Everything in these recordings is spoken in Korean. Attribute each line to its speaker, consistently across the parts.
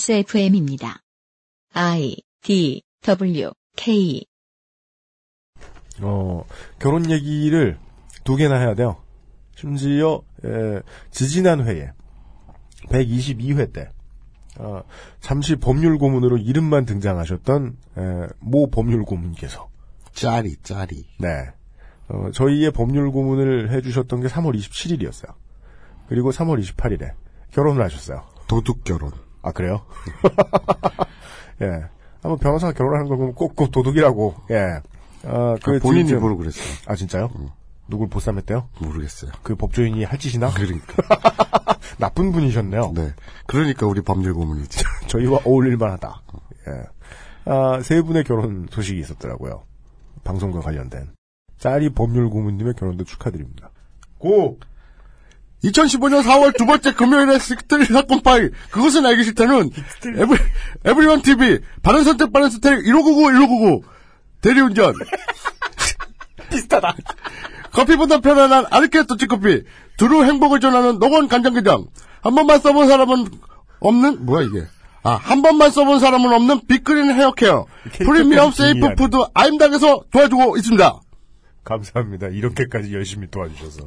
Speaker 1: XSFM입니다. I D W K
Speaker 2: 어, 결혼 얘기를 두 개나 해야 돼요. 심지어, 에, 지지난 회에, 122회 때, 어, 잠시 법률 고문으로 이름만 등장하셨던, 에, 모 법률 고문께서,
Speaker 3: 짜리, 짜리.
Speaker 2: 네, 어, 저희의 법률 고문을 해주셨던 게 3월 27일이었어요. 그리고 3월 28일에 결혼을 하셨어요.
Speaker 3: 도둑 결혼.
Speaker 2: 아, 그래요? 예. 한번 변호사가 결혼하는 걸 보면 꼭, 꼭 도둑이라고, 예. 아, 그
Speaker 3: 아, 본인
Speaker 2: 지금-
Speaker 3: 입으로 그랬어요.
Speaker 2: 아, 진짜요? 누굴 보쌈했대요?
Speaker 3: 모르겠어요.
Speaker 2: 그 법조인이 할 짓이나?
Speaker 3: 그러니까.
Speaker 2: 나쁜 분이셨네요.
Speaker 3: 네. 그러니까 우리 법률 고문이지.
Speaker 2: 저희와 어울릴만 하다. 예. 아, 세 분의 결혼 소식이 있었더라고요. 방송과 관련된. 짜리 법률 고문님의 결혼도 축하드립니다. 고!
Speaker 3: 2015년 4월 두 번째 금요일에 스틸 사건 파일. 그것은 알기 싫다는 에브리, 에브리원 TV. 바른 선택, 바른 선택 1599, 1599. 대리운전.
Speaker 2: 비슷하다.
Speaker 3: 커피보다 편안한 아르케 도치커피. 두루 행복을 전하는 노건 간장게장. 한 번만 써본 사람은 없는, 뭐야 이게. 아, 한 번만 써본 사람은 없는 빅그린 헤어케어. 프리미엄 세이프 푸드 아임당에서 도와주고 있습니다.
Speaker 2: 감사합니다. 이렇게까지 열심히 도와주셔서.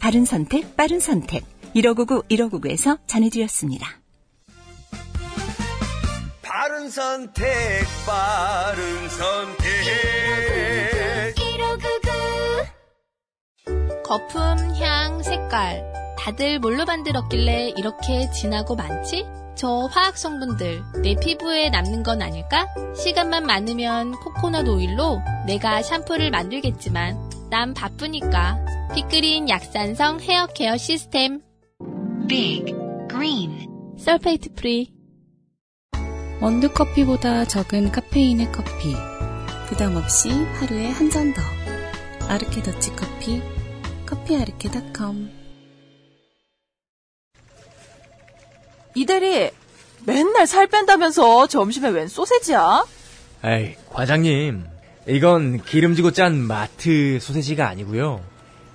Speaker 4: 바른 선택, 빠른 선택. 1599, 1599에서 전해드렸습니다.
Speaker 5: 바른 선택, 바른 선택.
Speaker 6: 거품, 향, 색깔. 다들 뭘로 만들었길래 이렇게 진하고 많지? 저 화학 성분들 내 피부에 남는 건 아닐까? 시간만 많으면 코코넛 오일로 내가 샴푸를 만들겠지만 난 바쁘니까 피크린 약산성 헤어 케어 시스템
Speaker 7: Big Green
Speaker 6: 설페이트 프리
Speaker 8: 원두커피보다 적은 카페인의 커피. 부담 없이 하루에 한 잔 더. 아르케 더치 커피. 커피아르케닷컴.
Speaker 9: 이대리 맨날 살 뺀다면서 점심에 웬 소세지야?
Speaker 10: 에이, 과장님. 이건 기름지고 짠 마트 소세지가 아니고요.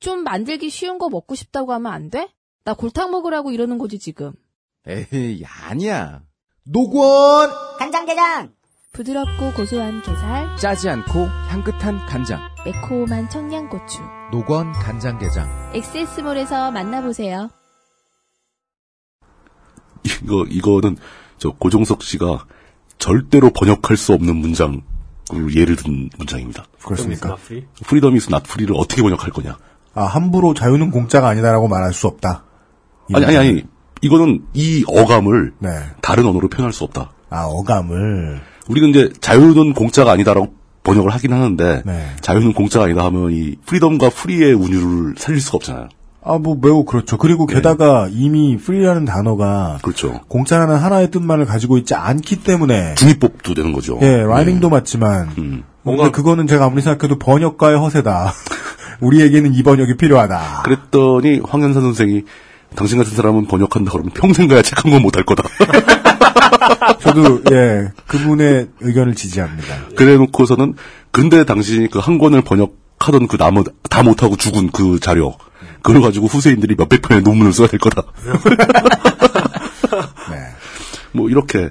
Speaker 6: 좀 만들기 쉬운 거 먹고 싶다고 하면 안 돼? 나 골탕 먹으라고 이러는 거지 지금
Speaker 11: 에이, 아니야. 노건!
Speaker 7: 간장게장
Speaker 6: 부드럽고 고소한 게살
Speaker 11: 짜지 않고 향긋한 간장.
Speaker 6: 매콤한 청양고추
Speaker 11: 노건 간장게장.
Speaker 6: 엑세스몰에서 만나보세요
Speaker 12: 이거 이거는 저 고종석 씨가 절대로 번역할 수 없는 문장 예를 든 문장입니다.
Speaker 2: 그렇습니까?
Speaker 12: 프리덤 이스 낫 프리를 어떻게 번역할 거냐?
Speaker 2: 아, 함부로 자유는 공짜가 아니다라고 말할 수 없다. 이
Speaker 12: 아니 아니
Speaker 2: 문장은.
Speaker 12: 아니 이거는 이 어감을
Speaker 2: 네.
Speaker 12: 다른 언어로 표현할 수 없다.
Speaker 2: 아, 어감을.
Speaker 12: 우리는 이제 자유는 공짜가 아니다라고 번역을 하긴 하는데
Speaker 2: 네.
Speaker 12: 자유는 공짜가 아니다 하면 이 프리덤과 프리의 운율을 살릴 수가 없잖아요.
Speaker 2: 아, 뭐, 매우 그렇죠. 그리고 게다가 이미 프리라는 단어가
Speaker 12: 그렇죠.
Speaker 2: 공짜라는 하나의 뜻만을 가지고 있지 않기 때문에
Speaker 12: 중립법도 되는 거죠.
Speaker 2: 예, 라이밍도 맞지만
Speaker 12: 음.
Speaker 2: 뭔가 그거는 제가 아무리 생각해도 번역가의 허세다. 우리에게는 이 번역이 필요하다.
Speaker 12: 그랬더니 황현사 선생이 당신 같은 사람은 번역한다 그러면 평생 가야 책 한 권 못 할 거다.
Speaker 2: 저도 예 그분의 의견을 지지합니다.
Speaker 12: 그래 놓고서는 근데 당신이 그 한 권을 번역하던 그 나머 다 못하고 죽은 그 자료 그걸 가지고 후세인들이 몇백 편의 논문을 써야 될 거다.
Speaker 2: 네.
Speaker 12: 뭐 이렇게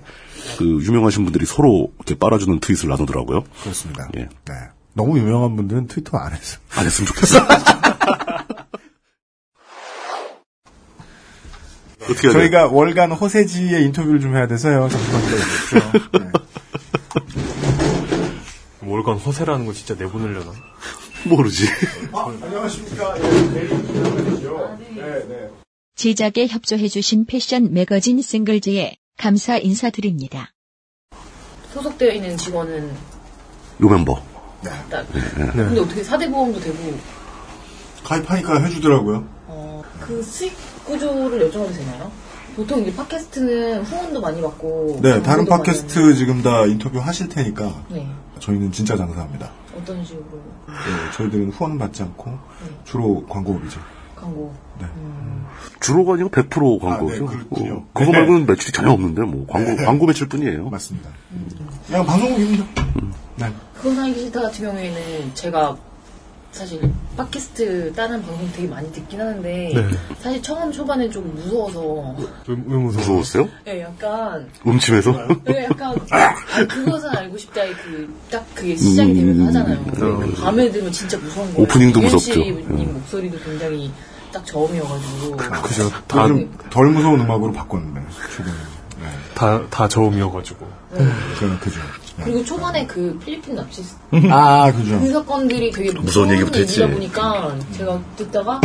Speaker 12: 그 유명하신 분들이 서로 이렇게 빨아주는 트윗을 나누더라고요.
Speaker 2: 그렇습니다.
Speaker 12: 예.
Speaker 2: 네. 너무 유명한 분들은 트위터 안 했어.
Speaker 12: 안 했으면 좋겠어.
Speaker 3: 어떻게 해야
Speaker 2: 저희가 월간 호세지의 인터뷰를 좀 해야 돼서요. 잠시만 기다려주십시오. 네.
Speaker 13: 월간 허세라는 거 진짜 내보내려나?
Speaker 3: 모르지.
Speaker 2: 안녕하십니까.
Speaker 1: 제작에 협조해주신 패션 매거진 싱글즈에 감사 인사드립니다.
Speaker 14: 소속되어 있는 직원은
Speaker 3: 요 멤버.
Speaker 14: 딱.
Speaker 3: 네, 네.
Speaker 14: 근데 어떻게 4대 보험도 되고
Speaker 2: 가입하니까 해주더라고요.
Speaker 14: 그 수익 구조를 여쭤봐도 되나요? 보통 이제 팟캐스트는 후원도 많이 받고
Speaker 2: 네, 다른
Speaker 14: 광고도
Speaker 2: 팟캐스트 지금 다 인터뷰 하실 테니까
Speaker 14: 받는- 네.
Speaker 2: 저희는 진짜 장사합니다.
Speaker 14: 어떤 식으로
Speaker 2: 네, 저희들은 후원은 받지 않고 주로 광고업이죠.
Speaker 14: 광고
Speaker 3: 주로가 아니고 100% 광고죠.
Speaker 12: 뭐
Speaker 3: 어, 그거
Speaker 2: 네.
Speaker 3: 말고는 매출이 전혀 없는데 뭐 광고
Speaker 2: 네.
Speaker 3: 광고 매출 뿐이에요.
Speaker 2: 맞습니다. 그냥 방송국입니다.
Speaker 14: 그건 하기 싫다 같은 경우에는 제가 사실 팟캐스트 다른 방송 되게 많이 듣긴 하는데
Speaker 3: 네.
Speaker 14: 사실 처음 초반에 좀 무서워서
Speaker 2: 왜, 무서워?
Speaker 3: 무서웠어요?
Speaker 14: 네, 약간
Speaker 3: 음침해서?
Speaker 14: 네, 약간 아, 그것은 알고 싶다의 그딱 그게 시작이 되면서 하잖아요.
Speaker 3: 음.
Speaker 14: 밤에 들면 진짜 무서운 거예요.
Speaker 3: 오프닝도
Speaker 14: 이현
Speaker 3: 무섭죠. 음.
Speaker 14: 씨님 목소리도 굉장히 딱 저음이어가지고
Speaker 3: 아,
Speaker 2: 그죠.
Speaker 13: 다-
Speaker 2: 좀덜 무서운 음악으로 바꿨는데 최근에.
Speaker 13: 다, 다 저음이어가지고.
Speaker 2: 네. 그죠, 그죠.
Speaker 14: 그리고 초반에 그 필리핀 납치
Speaker 2: 아,
Speaker 14: 그 사건들이 되게 무서운
Speaker 3: 얘기부터 했지.
Speaker 14: 얘기다 보니까 제가 듣다가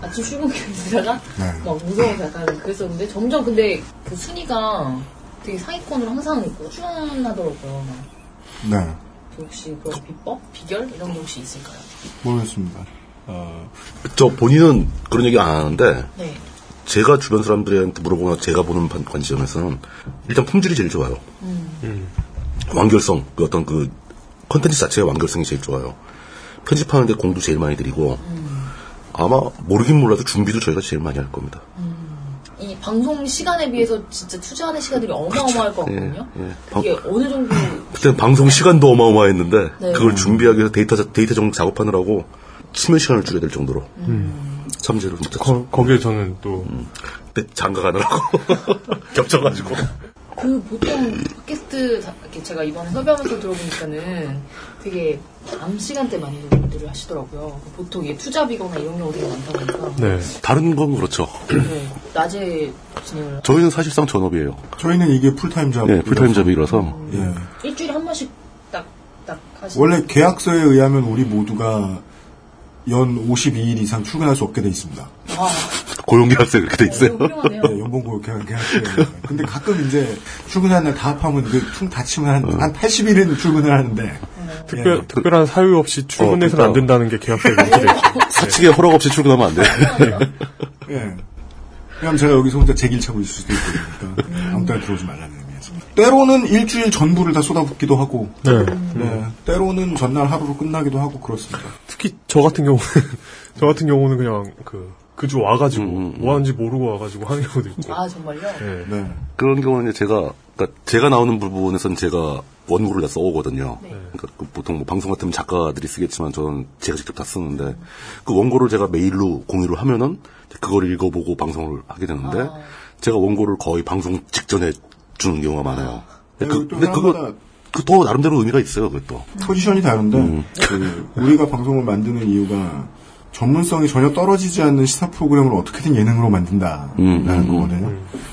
Speaker 14: 아침 출근길 듣다가
Speaker 3: 네.
Speaker 14: 막 무서워서 약간 그랬었는데 점점 근데 그 순위가 되게 상위권으로 항상 꾸준하더라고요.
Speaker 2: 네,
Speaker 14: 그 혹시 그런 비법, 비결 이런 게 혹시 있을까요?
Speaker 2: 모르겠습니다.
Speaker 12: 저 본인은 그런 얘기 안 하는데
Speaker 14: 네.
Speaker 12: 제가 주변 사람들한테 물어보거나 제가 보는 반- 관점에서는 일단 품질이 제일 좋아요.
Speaker 14: 음.
Speaker 12: 음. 완결성 그 어떤 그 컨텐츠 자체의 완결성이 제일 좋아요. 편집하는데 공도 제일 많이 들이고
Speaker 14: 음.
Speaker 12: 아마 모르긴 몰라도 준비도 저희가 제일 많이 할 겁니다.
Speaker 14: 이 방송 시간에 비해서 진짜 투자하는 시간들이 어마어마할 것 같거든요.
Speaker 12: 예, 예. 방-
Speaker 14: 그게 어느 정도
Speaker 12: 그때 방송 시간도 어마어마했는데
Speaker 14: 네.
Speaker 12: 그걸 준비하기 위해서 데이터 자- 데이터 정 작업하느라고 수면 시간을 줄여야 될 정도로
Speaker 14: 음.
Speaker 12: 삼재로 거,
Speaker 13: 거기에 저는 또
Speaker 12: 그때 장가 가느라고 겹쳐가지고
Speaker 14: 그 보통 팟캐스트 다- 이렇게 제가 이번에 섭외하면서 들어보니까는 되게 밤 시간대 많이 들을 하시더라고요. 그 보통 이게 투잡이거나 이런 경우가 되게 많다 보니까
Speaker 3: 네. 다른 건 그렇죠.
Speaker 14: 네, 낮에 진행을
Speaker 12: 저희는 사실상 전업이에요.
Speaker 2: 저희는 이게 풀타임
Speaker 13: 아,
Speaker 2: 잡.
Speaker 12: 네, 풀타임 잡이라서
Speaker 2: 예.
Speaker 14: 일주일에 한 번씩 딱딱 하시는
Speaker 2: 원래 계약서에 의하면 우리 모두가 연 52일 이상 출근할 수 없게 돼 있습니다.
Speaker 12: 고용계약서 그렇게 돼 있어요.
Speaker 2: 네, 연봉 고용 계약- 계약서에. 의하면. 근데 가끔 이제 출근하는 날 다 합하면 이게 퉁 다치면
Speaker 12: 어.
Speaker 2: 한, 한 80일은 출근을 하는데. 예.
Speaker 13: 특별, 특별한 사유 없이 출근해서는
Speaker 12: 어,
Speaker 13: 안 된다는 게 계약서에 명시돼
Speaker 12: 사측에 허락 없이 출근하면 안 돼.
Speaker 2: 예. 예. 왜냐면 제가 여기서 혼자 제길 차고 있을 수도 있고 그러니까 아무 때나 들어오지 말라는 의미에서. 때로는 일주일 전부를 다 쏟아붓기도 하고.
Speaker 13: 네.
Speaker 2: 네. 때로는 전날 하루로 끝나기도 하고 그렇습니다.
Speaker 13: 특히 저 같은 경우는 저 같은 경우는 그냥 그 그 주 와가지고
Speaker 12: 음,
Speaker 13: 뭐 하는지 모르고 와가지고 하는 경우도 있고.
Speaker 14: 아 정말요?
Speaker 13: 네.
Speaker 12: 그런 경우는 이제 제가 그러니까 제가 나오는 부분에서는 제가 원고를 다 써오거든요.
Speaker 13: 네.
Speaker 12: 그러니까 그 보통 뭐 방송 같으면 작가들이 쓰겠지만 저는 제가 직접 다 쓰는데 그 원고를 제가 메일로 공유를 하면은 그걸 읽어보고 방송을 하게 되는데
Speaker 13: 아.
Speaker 12: 제가 원고를 거의 방송 직전에 주는 경우가 많아요. 근데 그, 근데 그거 그더 나름대로 의미가 있어요. 그것도
Speaker 2: 포지션이 다른데
Speaker 12: 음.
Speaker 2: 그 우리가 방송을 만드는 이유가 전문성이 전혀 떨어지지 않는 시사 프로그램을 어떻게든 예능으로 만든다라는
Speaker 12: 음, 음,
Speaker 2: 거거든요.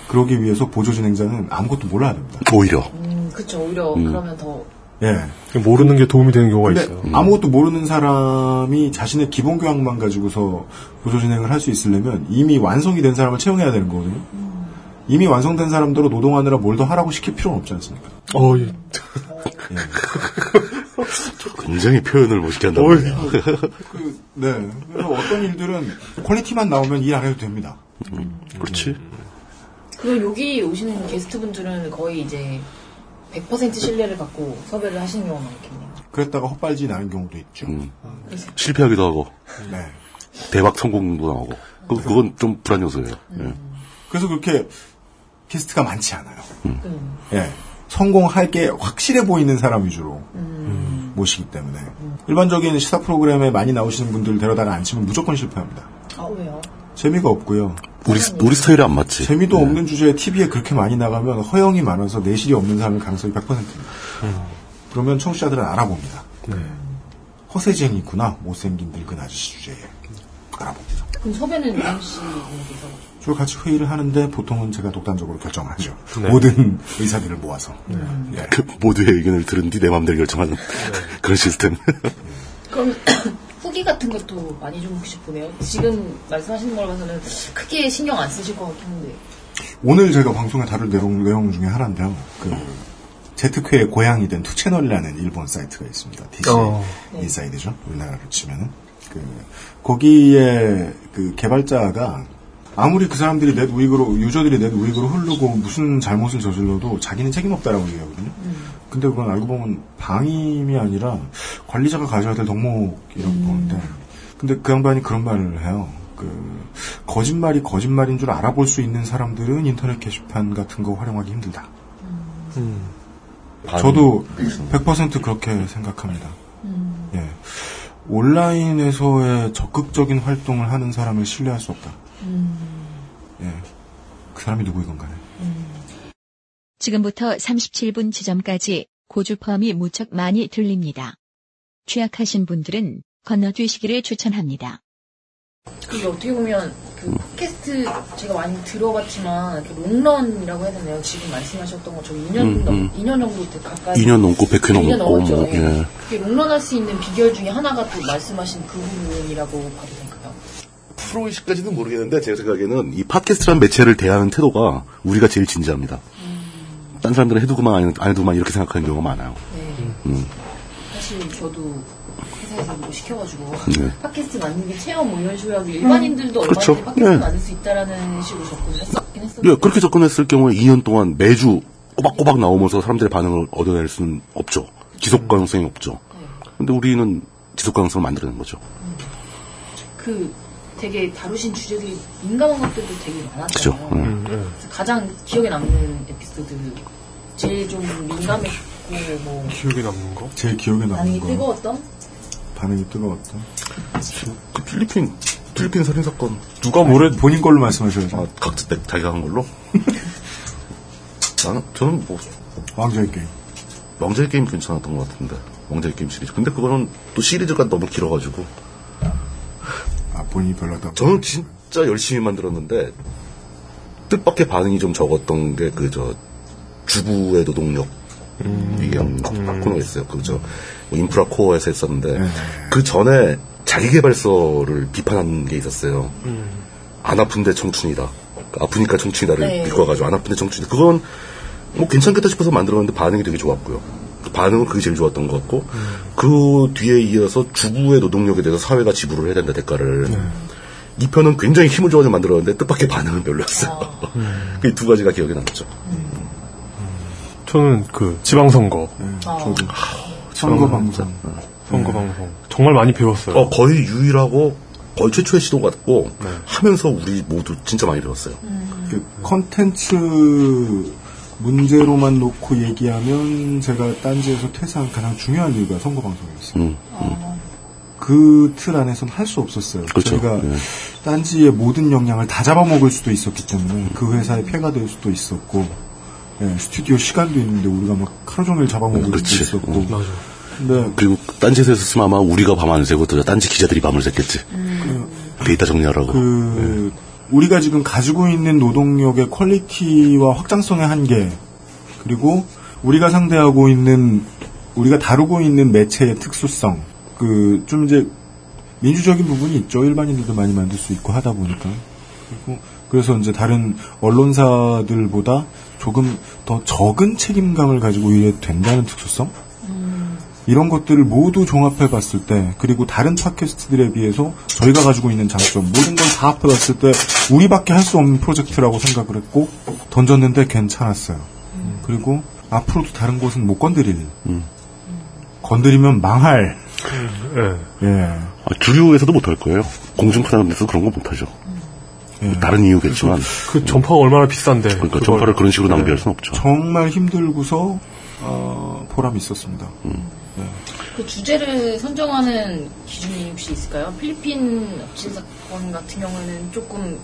Speaker 2: 그러기 위해서 보조 진행자는 아무것도 몰라야 됩니다.
Speaker 12: 오히려
Speaker 14: 음, 그쵸 오히려 그러면 더
Speaker 2: 예
Speaker 13: 모르는 게 도움이 되는 경우가
Speaker 2: 근데
Speaker 12: 음.
Speaker 13: 있어요.
Speaker 2: 아무것도 모르는 사람이 자신의 기본 교양만 가지고서 보조 진행을 할 수 있으려면 이미 완성이 된 사람을 채용해야 되는 거거든요. 이미 완성된 사람들로 노동하느라 뭘 더 하라고 시킬 필요는 없지 않습니까?
Speaker 13: 어, 예.
Speaker 12: 굉장히 표현을 멋있게 한단
Speaker 2: 어이.
Speaker 12: 말이야.
Speaker 13: 뭐.
Speaker 2: 네. 그래서 어떤 일들은 퀄리티만 나오면 일 안 해도 됩니다.
Speaker 12: 음,
Speaker 2: 음,
Speaker 12: 그렇지.
Speaker 14: 그리고 여기 오시는 게스트분들은 거의 이제 100% 신뢰를 갖고 섭외를 하시는 경우가 많겠네요.
Speaker 2: 그랬다가 헛발질 나는 경우도 있죠.
Speaker 12: 실패하기도 하고
Speaker 2: 네.
Speaker 12: 대박 성공도 나오고 그, 그건 좀 불안 요소예요. 예.
Speaker 2: 그래서 그렇게 게스트가 많지 않아요. 예. 성공할 게 확실해 보이는 사람 위주로
Speaker 12: 음.
Speaker 2: 모시기 때문에 일반적인 시사 프로그램에 많이 나오시는 분들 데려다가 앉히면 무조건 실패합니다.
Speaker 14: 아 왜요?
Speaker 2: 재미가 없고요.
Speaker 12: 우리 우리 스타일이 안 맞지. 네.
Speaker 2: 재미도 없는 주제에 TV에 그렇게 많이 나가면 허영이 많아서 내실이 없는 사람일 가능성이 100%입니다. 음. 그러면 청취자들은 알아봅니다. 허세쟁이 있구나 못생긴 늙은 아저씨 주제에 알아봅니다.
Speaker 14: 그럼 섭외는 임씨님께서
Speaker 2: 주로 같이 회의를 하는데 보통은 제가 독단적으로 결정하죠. 모든 의사들을 모아서. 예.
Speaker 12: 그 모두의 의견을 들은 뒤 내 마음대로 결정하는 그런 시스템.
Speaker 14: 그럼 후기 같은 것도 많이 좀 혹시 보내요? 지금 말씀하시는 걸 봐서는 크게 신경 안 쓰실 것 같긴 한데
Speaker 2: 오늘 제가 방송에 다룰 내용, 내용 중에 하나인데요. 그 제트크의 고향이 된 투채널이라는 일본 사이트가 있습니다. DC
Speaker 13: 어.
Speaker 2: 인사이드죠. 우리나라로 치면은. 그, 거기에 그 개발자가 아무리 그 사람들이 넷 우익으로, 유저들이 넷 우익으로 흐르고 무슨 잘못을 저질러도 자기는 책임 없다라고 얘기하거든요. 근데 그건 알고 보면 방임이 아니라 관리자가 가져야 될 덕목이라고 보는데 근데 그 양반이 그런 말을 해요. 그 거짓말이 거짓말인 줄 알아볼 수 있는 사람들은 인터넷 게시판 같은 거 활용하기 힘들다.
Speaker 13: 음.
Speaker 2: 저도 100% 그렇게 생각합니다. 예. 온라인에서의 적극적인 활동을 하는 사람을 신뢰할 수 없다. 예. 그 사람이 누구이건 간에.
Speaker 1: 지금부터 37분 지점까지 고주파음이 무척 많이 들립니다. 취약하신 분들은 건너뛰시기를 추천합니다.
Speaker 14: 그게 어떻게 보면 그 팟캐스트 제가 많이 들어봤지만 이렇게 롱런이라고 해야 되나요? 지금 말씀하셨던 것처럼 2년
Speaker 12: 음,
Speaker 14: 넘,
Speaker 12: 음.
Speaker 14: 2년 정도 가까이
Speaker 12: 2년 넘고 100회
Speaker 14: 2년
Speaker 12: 넘고
Speaker 14: 넘었죠.
Speaker 12: 뭐, 예.
Speaker 14: 그게 롱런할 수 있는 비결 중에 하나가 또 말씀하신 그 부분이라고 봐도 될까요?
Speaker 12: 프로의식까지는 모르겠는데 제 생각에는 이 팟캐스트란 매체를 대하는 태도가 우리가 제일 진지합니다. 딴 사람들은 해두고만 안- 안 해두고만 이렇게 생각하는 경우가 많아요.
Speaker 14: 네.
Speaker 12: 음.
Speaker 14: 사실 저도 회사에서 뭐 시켜가지고
Speaker 12: 네.
Speaker 14: 팟캐스트 만든 게 체험 뭐 이런 식으로 하고 일반인들도 얼마나
Speaker 12: 그쵸.
Speaker 14: 팟캐스트
Speaker 12: 네.
Speaker 14: 만들 수 있다라는 식으로 접근을 했었긴 했었는데
Speaker 12: 예, 그렇게 접근했을 경우에 2년 동안 매주 꼬박꼬박 나오면서 사람들의 반응을 얻어낼 수는 없죠. 지속 가능성이 없죠. 근데 우리는 지속 가능성을 만들어낸 거죠.
Speaker 14: 음. 그 되게 다루신 주제들이 민감한 것들도 되게
Speaker 12: 그죠.
Speaker 14: 많았잖아요.
Speaker 12: 음.
Speaker 14: 그래서 가장 기억에 남는 에피소드 제일 좀 민감했고 뭐
Speaker 13: 기억에 남는 거?
Speaker 2: 제일 기억에 남는
Speaker 14: 반응이
Speaker 2: 거.
Speaker 14: 뜨거웠던
Speaker 2: 반응이 뜨거웠다.
Speaker 12: 그 필리핀 필리핀 살인 사건 아,
Speaker 2: 누가 뭐래 본인 걸로 말씀하셔야죠.
Speaker 12: 각자 때 자기가 한 걸로. 나는 저는 뭐
Speaker 2: 왕자의 게임.
Speaker 12: 왕자의 게임 괜찮았던 것 같은데 왕자의 게임 시리즈. 근데 그거는 또 시리즈가 너무 길어가지고.
Speaker 2: 아 본인이 별로다.
Speaker 12: 저는 진짜 열심히 만들었는데 뜻밖의 반응이 좀 적었던 게 그 저 주부의 노동력 이게 음. 코너가 있어요. 그저 뭐 인프라 코어에서 했었는데
Speaker 2: 네.
Speaker 12: 그 전에 자기 개발서를 비판한 게 있었어요. 안 아픈데 청춘이다. 그러니까 아프니까 청춘이다를
Speaker 15: 네.
Speaker 12: 바꿔가지고 안 아픈데 청춘이다. 그건 뭐 괜찮겠다 싶어서 만들었는데 반응이 되게 좋았고요. 그 반응은 그게 제일 좋았던 것 같고 그 뒤에 이어서 주부의 노동력에 대해서 사회가 지불을 해야 된다 대가를 이 편은 굉장히 힘을 줘가지고 만들었는데 뜻밖의 반응은 별로였어요.
Speaker 13: 아. 음.
Speaker 12: 그 두 가지가 기억에 남죠.
Speaker 13: 저는 그 지방선거.
Speaker 15: 음.
Speaker 14: 저도.
Speaker 13: 아. 선거 방송. 선거 방송. 정말 많이 배웠어요.
Speaker 12: 어, 거의 유일하고 거의 최초의 시도 같고
Speaker 13: 네.
Speaker 12: 하면서 우리 모두 진짜 많이 배웠어요.
Speaker 2: 그 컨텐츠 문제로만 놓고 얘기하면 제가 딴지에서 퇴사한 가장 중요한 이유가 선거 방송이었어요.
Speaker 12: 음.
Speaker 2: 그 틀 안에선 할 수 없었어요.
Speaker 12: 아. 그렇죠.
Speaker 2: 저희가
Speaker 12: 예.
Speaker 2: 딴지의 모든 역량을 다 잡아먹을 수도 있었기 때문에 그 회사에 폐가 될 수도 있었고 예, 스튜디오 시간도 있는데 우리가 막 하루 종일 잡아먹을 수도
Speaker 12: 그렇지.
Speaker 2: 있었고 네.
Speaker 12: 음.
Speaker 2: 근데
Speaker 12: 그리고 딴지에서 했으면 아마 우리가 밤안 새고 또 딴지 기자들이 밤을 샜겠지. 데이터 정리하라고.
Speaker 2: 그 우리가 지금 가지고 있는 노동력의 퀄리티와 확장성의 한계 그리고 우리가 상대하고 있는 우리가 다루고 있는 매체의 특수성 그 좀 이제 민주적인 부분이 있죠 일반인들도 많이 만들 수 있고 하다 보니까
Speaker 15: 음.
Speaker 2: 그리고 그래서 이제 다른 언론사들보다 조금 더 적은 책임감을 가지고 일해도 된다는 특수성 이런 것들을 모두 종합해 봤을 때 그리고 다른 팟캐스트들에 비해서 저희가 가지고 있는 장점 모든 걸 다 합해 봤을 때 우리밖에 할 수 없는 프로젝트라고 생각을 했고 던졌는데 괜찮았어요. 그리고 앞으로도 다른 곳은 못 건드릴 건드리면 망할
Speaker 15: 음.
Speaker 2: 예.
Speaker 12: 아, 주류에서도 못할 거예요. 공중파라는 데서 그런 거 못하죠.
Speaker 2: 예.
Speaker 12: 다른 이유겠지만.
Speaker 13: 그 전파가 얼마나 비싼데.
Speaker 12: 그러니까 전파를 그런 식으로 낭비할
Speaker 2: 네.
Speaker 12: 수는 없죠.
Speaker 2: 정말 힘들고서 어, 보람이 있었습니다. 예.
Speaker 14: 그 주제를 선정하는 기준이 혹시 있을까요? 필리핀 납치 사건 같은 경우에는 조금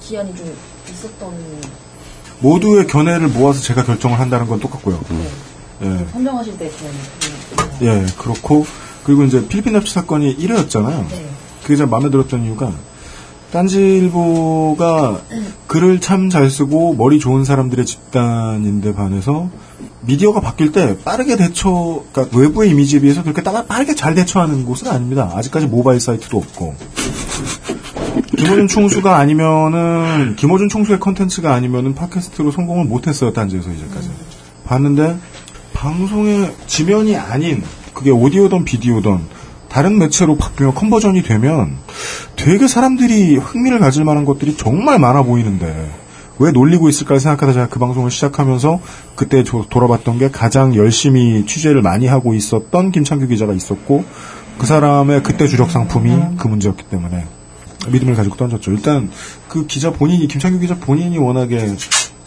Speaker 14: 기한이 좀 있었던
Speaker 2: 모두의 견해를 모아서 제가 결정을 한다는 건 똑같고요. 예.
Speaker 14: 선정하실 때 그런
Speaker 12: 음.
Speaker 2: 예, 그렇고 그리고 이제 필리핀 납치 사건이 1회였잖아요.
Speaker 14: 네.
Speaker 2: 그게 참 마음에 들었던 이유가 딴지일보가 글을 참 잘 쓰고 머리 좋은 사람들의 집단인데 반해서 미디어가 바뀔 때 빠르게 대처, 그러니까 외부의 이미지에 비해서 그렇게 따라 빠르게 잘 대처하는 곳은 아닙니다. 아직까지 모바일 사이트도 없고. 김호준 총수가 아니면은, 김호준 총수의 컨텐츠가 아니면은 팟캐스트로 성공을 못했어요, 딴지에서 이제까지. 봤는데, 방송의 지면이 아닌, 그게 오디오든 비디오든, 다른 매체로 바뀌며 컨버전이 되면 되게 사람들이 흥미를 가질 만한 것들이 정말 많아 보이는데 왜 놀리고 있을까 생각하다 제가 그 방송을 시작하면서 그때 저- 돌아봤던 게 가장 열심히 취재를 많이 하고 있었던 김창규 기자가 있었고 그 사람의 그때 주력 상품이 그 문제였기 때문에 믿음을 가지고 던졌죠. 일단 그 기자 본인이 김창규 기자 본인이 워낙에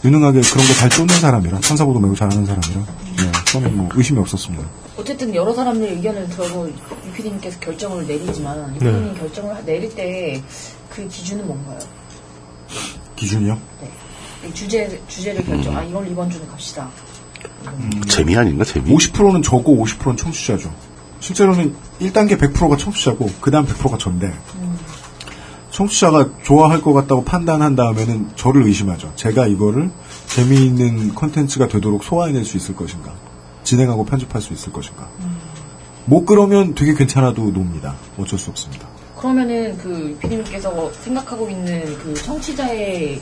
Speaker 2: 유능하게 그런 거 잘 쫓는 사람이라 천사보도 매우 잘하는 사람이라 네, 저는 뭐 의심이 없었습니다.
Speaker 14: 어쨌든 여러 사람들의 의견을 들어서 유피디님께서 결정을 내리지만
Speaker 2: 네.
Speaker 14: 유피디님 결정을 하- 내릴 때 그 기준은 뭔가요?
Speaker 2: 기준이요?
Speaker 14: 이 주제 주제를 결정. 아 이걸 이번 주는 갑시다.
Speaker 12: 재미 아닌가, 재미?
Speaker 2: 50%는 음. 저고 50%는 청취자죠. 실제로는 1단계 100%가 청취자고 그 다음 100%가 전데 청취자가 좋아할 것 같다고 판단한 다음에는 저를 의심하죠. 제가 이거를 재미있는 컨텐츠가 되도록 소화해낼 수 있을 것인가. 진행하고 편집할 수 있을 것인가. 못 그러면 되게 괜찮아도 놉니다. 어쩔 수 없습니다.
Speaker 14: 그러면은 그 유피디님께서 생각하고 있는 그 청취자의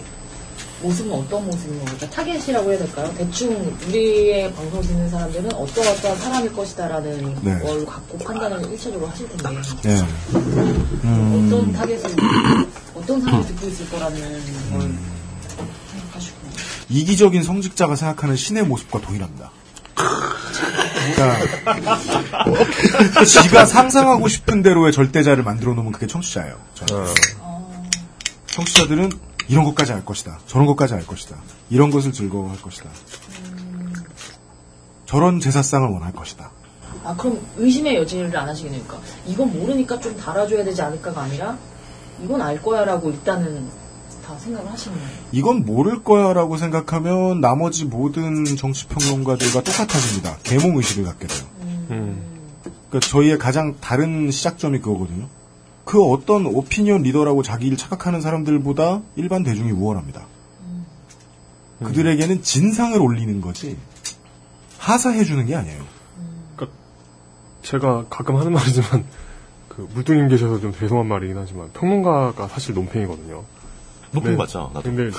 Speaker 14: 모습은 어떤 모습인가요? 그러니까 타겟이라고 해야 될까요? 대충 우리의 방송 듣는 사람들은 어떠 어떠한 사람일 것이다라는
Speaker 2: 네.
Speaker 14: 걸 갖고 판단을 일차적으로 하실 텐데
Speaker 2: 예. 음,
Speaker 14: 어떤 타겟을 어떤 사람이 듣고 있을 거라는 걸 생각하시고
Speaker 2: 이기적인 성직자가 생각하는 신의 모습과 동일합니다. 그러니까 지가 상상하고 싶은 대로의 절대자를 만들어 놓으면 그게 청취자예요. 저는.
Speaker 14: 아,
Speaker 2: 청취자들은 이런 것까지 알 것이다. 저런 것까지 알 것이다. 이런 것을 즐거워할 것이다. 저런 제사상을 원할 것이다.
Speaker 14: 아 그럼 의심의 여지를 안 하시게 되니까 이건 모르니까 좀 달아줘야 되지 않을까가 아니라 이건 알 거야라고 일단은 다 생각을 하시는 거예요.
Speaker 2: 이건 모를 거야라고 생각하면 나머지 모든 정치평론가들과 똑같아집니다. 계몽 의식을 갖게 돼요. 그러니까 저희의 가장 다른 시작점이 그거거든요. 그 어떤 오피니언 리더라고 자기를 착각하는 사람들보다 일반 대중이 우월합니다. 그들에게는 진상을 올리는 거지 하사해주는 게 아니에요.
Speaker 13: 제가 가끔 하는 말이지만 그 물뚱님 계셔서 좀 죄송한 말이긴 하지만 평론가가 사실 논팽이거든요.
Speaker 15: 논팽
Speaker 13: 근데-
Speaker 15: 맞아, 나도.
Speaker 13: 근데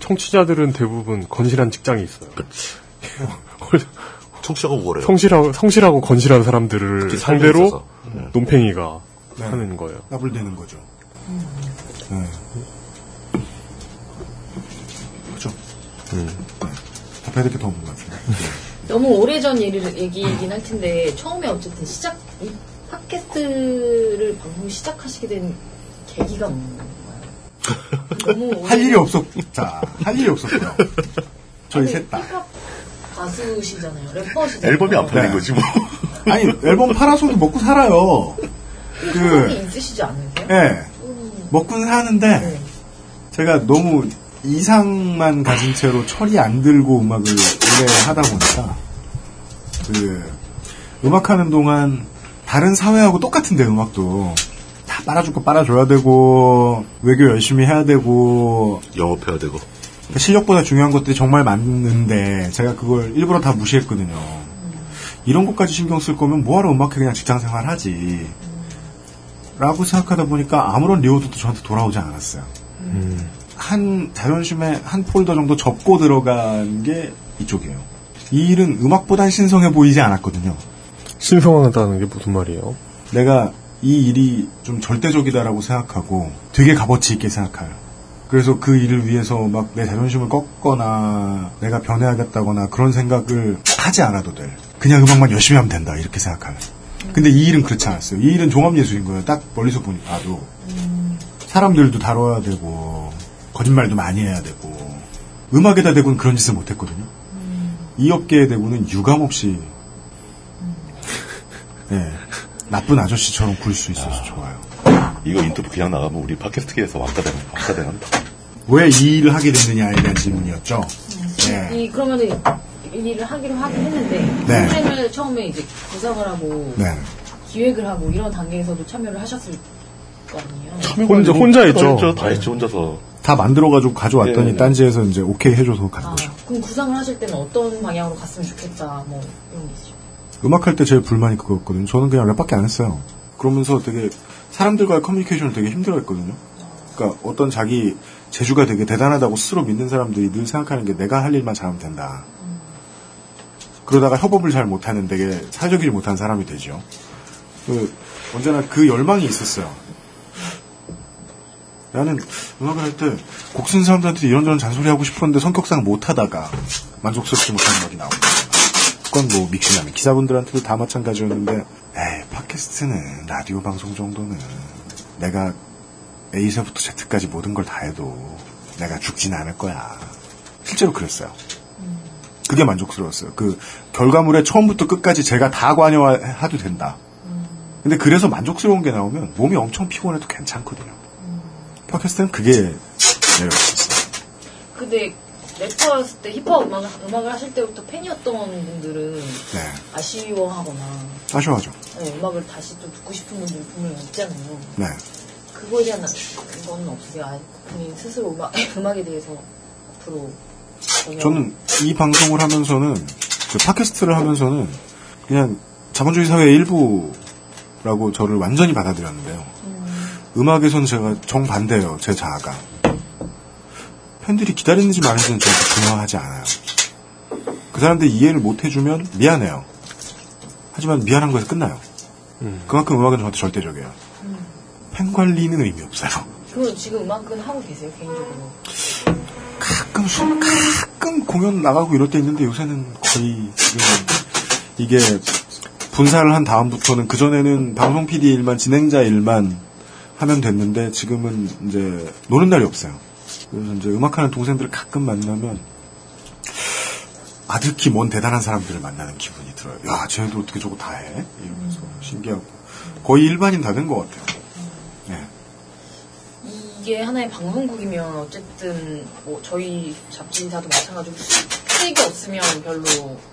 Speaker 13: 청취자들은 대부분 건실한 직장이 있어요.
Speaker 15: 청취자가 우월해요.
Speaker 13: 성실하고 성실하고 건실한 사람들을
Speaker 15: 특히 삶에
Speaker 13: 상대로
Speaker 15: 있어서. 네.
Speaker 13: 논팽이가
Speaker 2: 네.
Speaker 13: 하는 거예요.
Speaker 2: 나불대는 거죠. 네. 그렇죠. 답해야 될 게 더 없는 것 같아요.
Speaker 14: 너무 오래전 얘기를- 얘기이긴 할 텐데 처음에 어쨌든 시작 이 팟캐스트를 방송 시작하시게 된 계기가 뭔가요? 너무 오래
Speaker 2: 할 일이 없었자 할 일이 없었고요. 저희 셋 다.
Speaker 14: 가수시잖아요. 래퍼시잖아요.
Speaker 2: 팔린 거지 뭐. 아니 앨범 팔아서도 먹고 살아요.
Speaker 14: 소속이
Speaker 2: 그
Speaker 14: 있으시지 않으세요?
Speaker 2: 예.
Speaker 14: 음.
Speaker 2: 먹고 사는데 제가 너무 이상만 가진 채로 철이 안 들고 음악을 오래 하다 보니까 그 음악하는 동안 다른 사회하고 똑같은데 음악도 다 빨아줄 거 빨아줘야 되고 외교 열심히 해야 되고
Speaker 12: 영업해야 되고.
Speaker 2: 그러니까 실력보다 중요한 것들이 정말 많은데 제가 그걸 일부러 다 무시했거든요. 이런 것까지 신경 쓸 거면 뭐하러 음악회 그냥 직장 생활 하지. 라고 생각하다 보니까 아무런 리워드도 저한테 돌아오지 않았어요.
Speaker 13: 음.
Speaker 2: 한 자존심의 한 폴더 정도 접고 들어간 게 이쪽이에요. 이 일은 음악보단 신성해 보이지 않았거든요.
Speaker 13: 신성하다는 게 무슨 말이에요?
Speaker 2: 내가 이 일이 좀 절대적이다라고 생각하고 되게 값어치 있게 생각해요. 그래서 그 일을 위해서 막 내 자존심을 꺾거나 내가 변해야겠다거나 그런 생각을 하지 않아도 될. 그냥 음악만 열심히 하면 된다 이렇게 생각하는. 근데 이 일은 그렇지 않았어요. 이 일은 종합예술인 거예요. 딱 멀리서 보니까도 아, 사람들도 다뤄야 되고 거짓말도 많이 해야 되고 음악에다 대고는 그런 짓을 못했거든요. 이 업계에 대고는 유감없이 예, 나쁜 아저씨처럼 굴 수 있어서 좋아요.
Speaker 12: 이거 인터뷰 그냥 나가면 우리 팟캐스트계에서 왕따되는, 왕따되는다.
Speaker 2: 왜 이 일을 하게 됐느냐에 대한 질문이었죠. 네.
Speaker 14: 음. 이 그러면은 이 일을 하기로 하긴 했는데
Speaker 2: 네.
Speaker 14: 선생을 처음에 이제 구상을 하고
Speaker 2: 네.
Speaker 14: 기획을 하고 이런 단계에서도 참여를 하셨을 거 아니에요?
Speaker 2: 혼자- 혼자 했죠. 네.
Speaker 12: 혼자 다 했죠 혼자서.
Speaker 2: 다 만들어가지고 가져왔더니
Speaker 12: 네, 네.
Speaker 2: 딴지에서 이제 오케이 해줘서 간
Speaker 14: 아,
Speaker 2: 거죠.
Speaker 14: 그럼 구상을 하실 때는 어떤 방향으로 갔으면 좋겠다, 뭐, 이런 게 있죠.
Speaker 2: 음악 할 때 제일 불만이 그거였거든요. 저는 그냥 랩밖에 안 했어요. 그러면서 되게 사람들과의 커뮤니케이션을 되게 힘들어했거든요. 그러니까 어떤 자기 재주가 되게 대단하다고 스스로 믿는 사람들이 늘 생각하는 게 내가 할 일만 잘하면 된다. 그러다가 협업을 잘 못하는 되게 사적이지 못한 사람이 되죠. 그, 언제나 그 열망이 있었어요. 나는 음악을 할 때 곡 쓴 사람들한테 이런저런 잔소리 하고 싶었는데 성격상 못하다가 만족스럽지 못한 음악이 나옵니다. 그건 뭐 믹시나미 기사분들한테도 다 마찬가지였는데 에이 팟캐스트는 라디오 방송 정도는 내가 A서부터 Z까지 모든 걸 다 해도 내가 죽진 않을 거야 실제로 그랬어요 그게 만족스러웠어요 그 결과물에 처음부터 끝까지 제가 다 관여해도 된다 근데 그래서 만족스러운 게 나오면 몸이 엄청 피곤해도 괜찮거든요 팟캐스트는 그게 매력이었어요
Speaker 14: 근데 래퍼였을 때 힙합 음악, 음악을 하실 때부터 팬이었던 분들은
Speaker 2: 네
Speaker 14: 아쉬워하거나
Speaker 2: 아쉬워하죠
Speaker 14: 네, 음악을 다시 또 듣고 싶은 분들 분명 있잖아요.
Speaker 2: 네
Speaker 14: 그거에 대한 그건 없으세요? 아예 본인 스스로 음악, 음악에 대해서 앞으로 전혀-
Speaker 2: 저는 이 방송을 하면서는 그 팟캐스트를 하면서는 그냥 자본주의 사회의 일부라고 저를 완전히 받아들였는데요. 음. 악에선 제가 정반대예요. 제 자아가. 팬들이 기다리는지 말는지는 저한 중요하지 않아요. 그 사람들이 이해를 못 해주면 미안해요. 하지만 미안한 거에서 끝나요. 그만큼 음악은 저한테 절대적이에요. 팬 관리는 의미 없어요.
Speaker 14: 음. 그럼 지금 음악은 하고 계세요 개인적으로?
Speaker 2: 가끔 술, 가끔 공연 나가고 이럴 때 있는데 요새는 거의 지금 이게 분사를 한 다음부터는 그전에는 방송 PD 일만 진행자 일만 하면 됐는데 지금은 이제 노는 날이 없어요. 그래서 이제 음악하는 동생들을 가끔 만나면 아득히 먼 대단한 사람들을 만나는 기분이 들어요. 야, 쟤도 어떻게 저거 다 해? 이러면서 신기하고 거의 일반인 다 된 것 같아요. 예.
Speaker 14: 이게 하나의 방송국이면 어쨌든 뭐 저희 잡지사도 마찬가지고 수익이 없으면 별로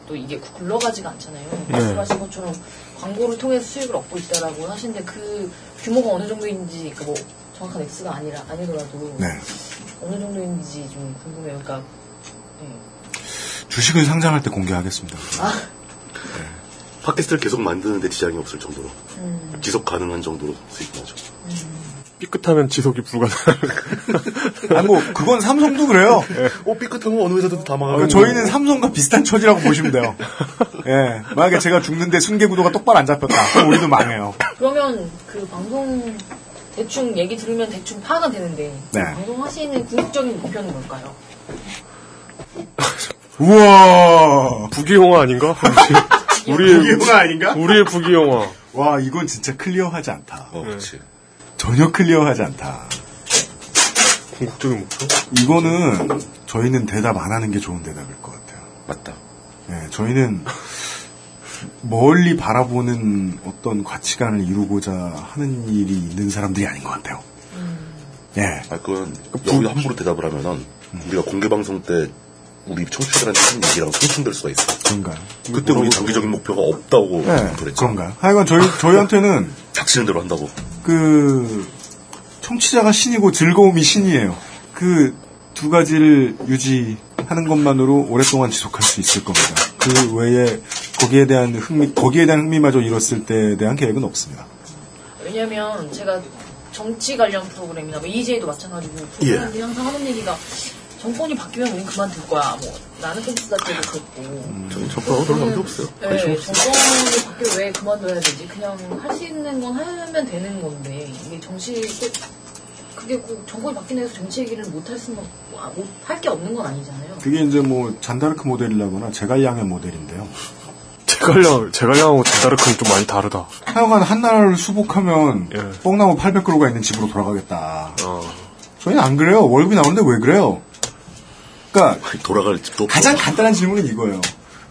Speaker 14: 또 이게 굴러가지가 않잖아요.
Speaker 2: 네.
Speaker 14: 말씀하신 것처럼 광고를 통해서 수익을 얻고 있다라고 하시는데 그 규모가 어느 정도인지 그러니까 뭐 정확한 액수가 아니라 아니더라도
Speaker 2: 네.
Speaker 14: 어느 정도인지 좀 궁금해요. 그러니까
Speaker 2: 주식을 상장할 때 공개하겠습니다.
Speaker 14: 아,
Speaker 12: 팟캐스트를 계속 만드는데 지장이 없을 정도로
Speaker 14: 음.
Speaker 12: 지속 가능한 정도로 수익 나죠.
Speaker 13: 삐끗하면 지속이 불가능.
Speaker 2: 아니 뭐 그건 삼성도 그래요.
Speaker 12: 오 삐끗한 거 어느 회사도 다 망하고.
Speaker 2: 그러니까 저희는 삼성과 비슷한 처지라고 보시면 돼요. 예. 만약에 제가 죽는데 순계구도가 똑바로 안 잡혔다. 그럼 우리도 망해요.
Speaker 14: 그러면 그 방송 대충 얘기 들으면 대충 파악은 되는데
Speaker 2: 네.
Speaker 14: 방송하시는 궁극적인 목표는 뭘까요?
Speaker 13: 우와! 부기영화 아닌가? 우리의
Speaker 2: 부기영화 아닌가?
Speaker 13: 우리의 부기영화.
Speaker 2: 와, 이건 진짜 클리어하지 않다.
Speaker 13: 네.
Speaker 2: 전혀 클리어하지 않다.
Speaker 13: 궁극적인 목표?
Speaker 2: 이거는 저희는 대답 안 하는 게 좋은 대답일 것 같아요.
Speaker 12: 맞다.
Speaker 2: 예, 저희는 멀리 바라보는 어떤 가치관을 이루고자 하는 일이 있는 사람들이 아닌 것 같아요. 예. 음.
Speaker 12: 아, 그건 여기서 함부로 대답을 하면은 우리가 공개 방송 때 우리 청취자들한테 한 얘기랑 소통될 수가 있어.
Speaker 2: 그런가요?
Speaker 12: 그때 우리 장기적인 목표가 없다고
Speaker 2: 네,
Speaker 12: 그랬죠.
Speaker 2: 그런가요? 하여간 저희, 저희한테는
Speaker 12: 닥치는 대로 한다고.
Speaker 2: 그 청취자가 신이고 즐거움이 신이에요. 그 두 가지를 유지하는 것만으로 오랫동안 지속할 수 있을 겁니다. 그 외에 거기에 대한 흥미 거기에 대한 흥미마저 잃었을 때에 대한 계획은 없습니다.
Speaker 14: 왜냐면 제가 정치 관련 프로그램이나 뭐 EJ도 마찬가지고
Speaker 2: 예.
Speaker 14: 그분들이 항상 하는 얘기가 정권이 바뀌면 우린 그만둘 거야. 뭐 나는 펜스다 때도 그렇고.
Speaker 2: 음.
Speaker 12: 저희 정권하고 별로 관계 없어요.
Speaker 14: 네,
Speaker 12: 관심
Speaker 14: 정권이
Speaker 12: 없어요.
Speaker 14: 바뀌면 왜 그만둬야 되지? 그냥 할 수 있는 건 하면 되는 건데 이게 정치 꼭 그게 꼭 정권이 바뀌는 해서 정치 얘기를 못 할 수는 아, 못할 게 없는 건 아니잖아요.
Speaker 2: 그게 이제 뭐 잔다르크 모델이라거나 제갈량의 모델인데요.
Speaker 13: 제갈량, 제갈량하고 제다르크는 좀 많이 다르다.
Speaker 2: 하여간 한 나라를 수복하면
Speaker 12: 예.
Speaker 2: 뽕나무 800그루가 있는 집으로 돌아가겠다.
Speaker 12: 어.
Speaker 2: 저희는 안 그래요. 월급이 나오는데 왜 그래요? 그러니까
Speaker 12: 돌아갈 집도 없고.
Speaker 2: 가장 간단한 질문은 이거예요.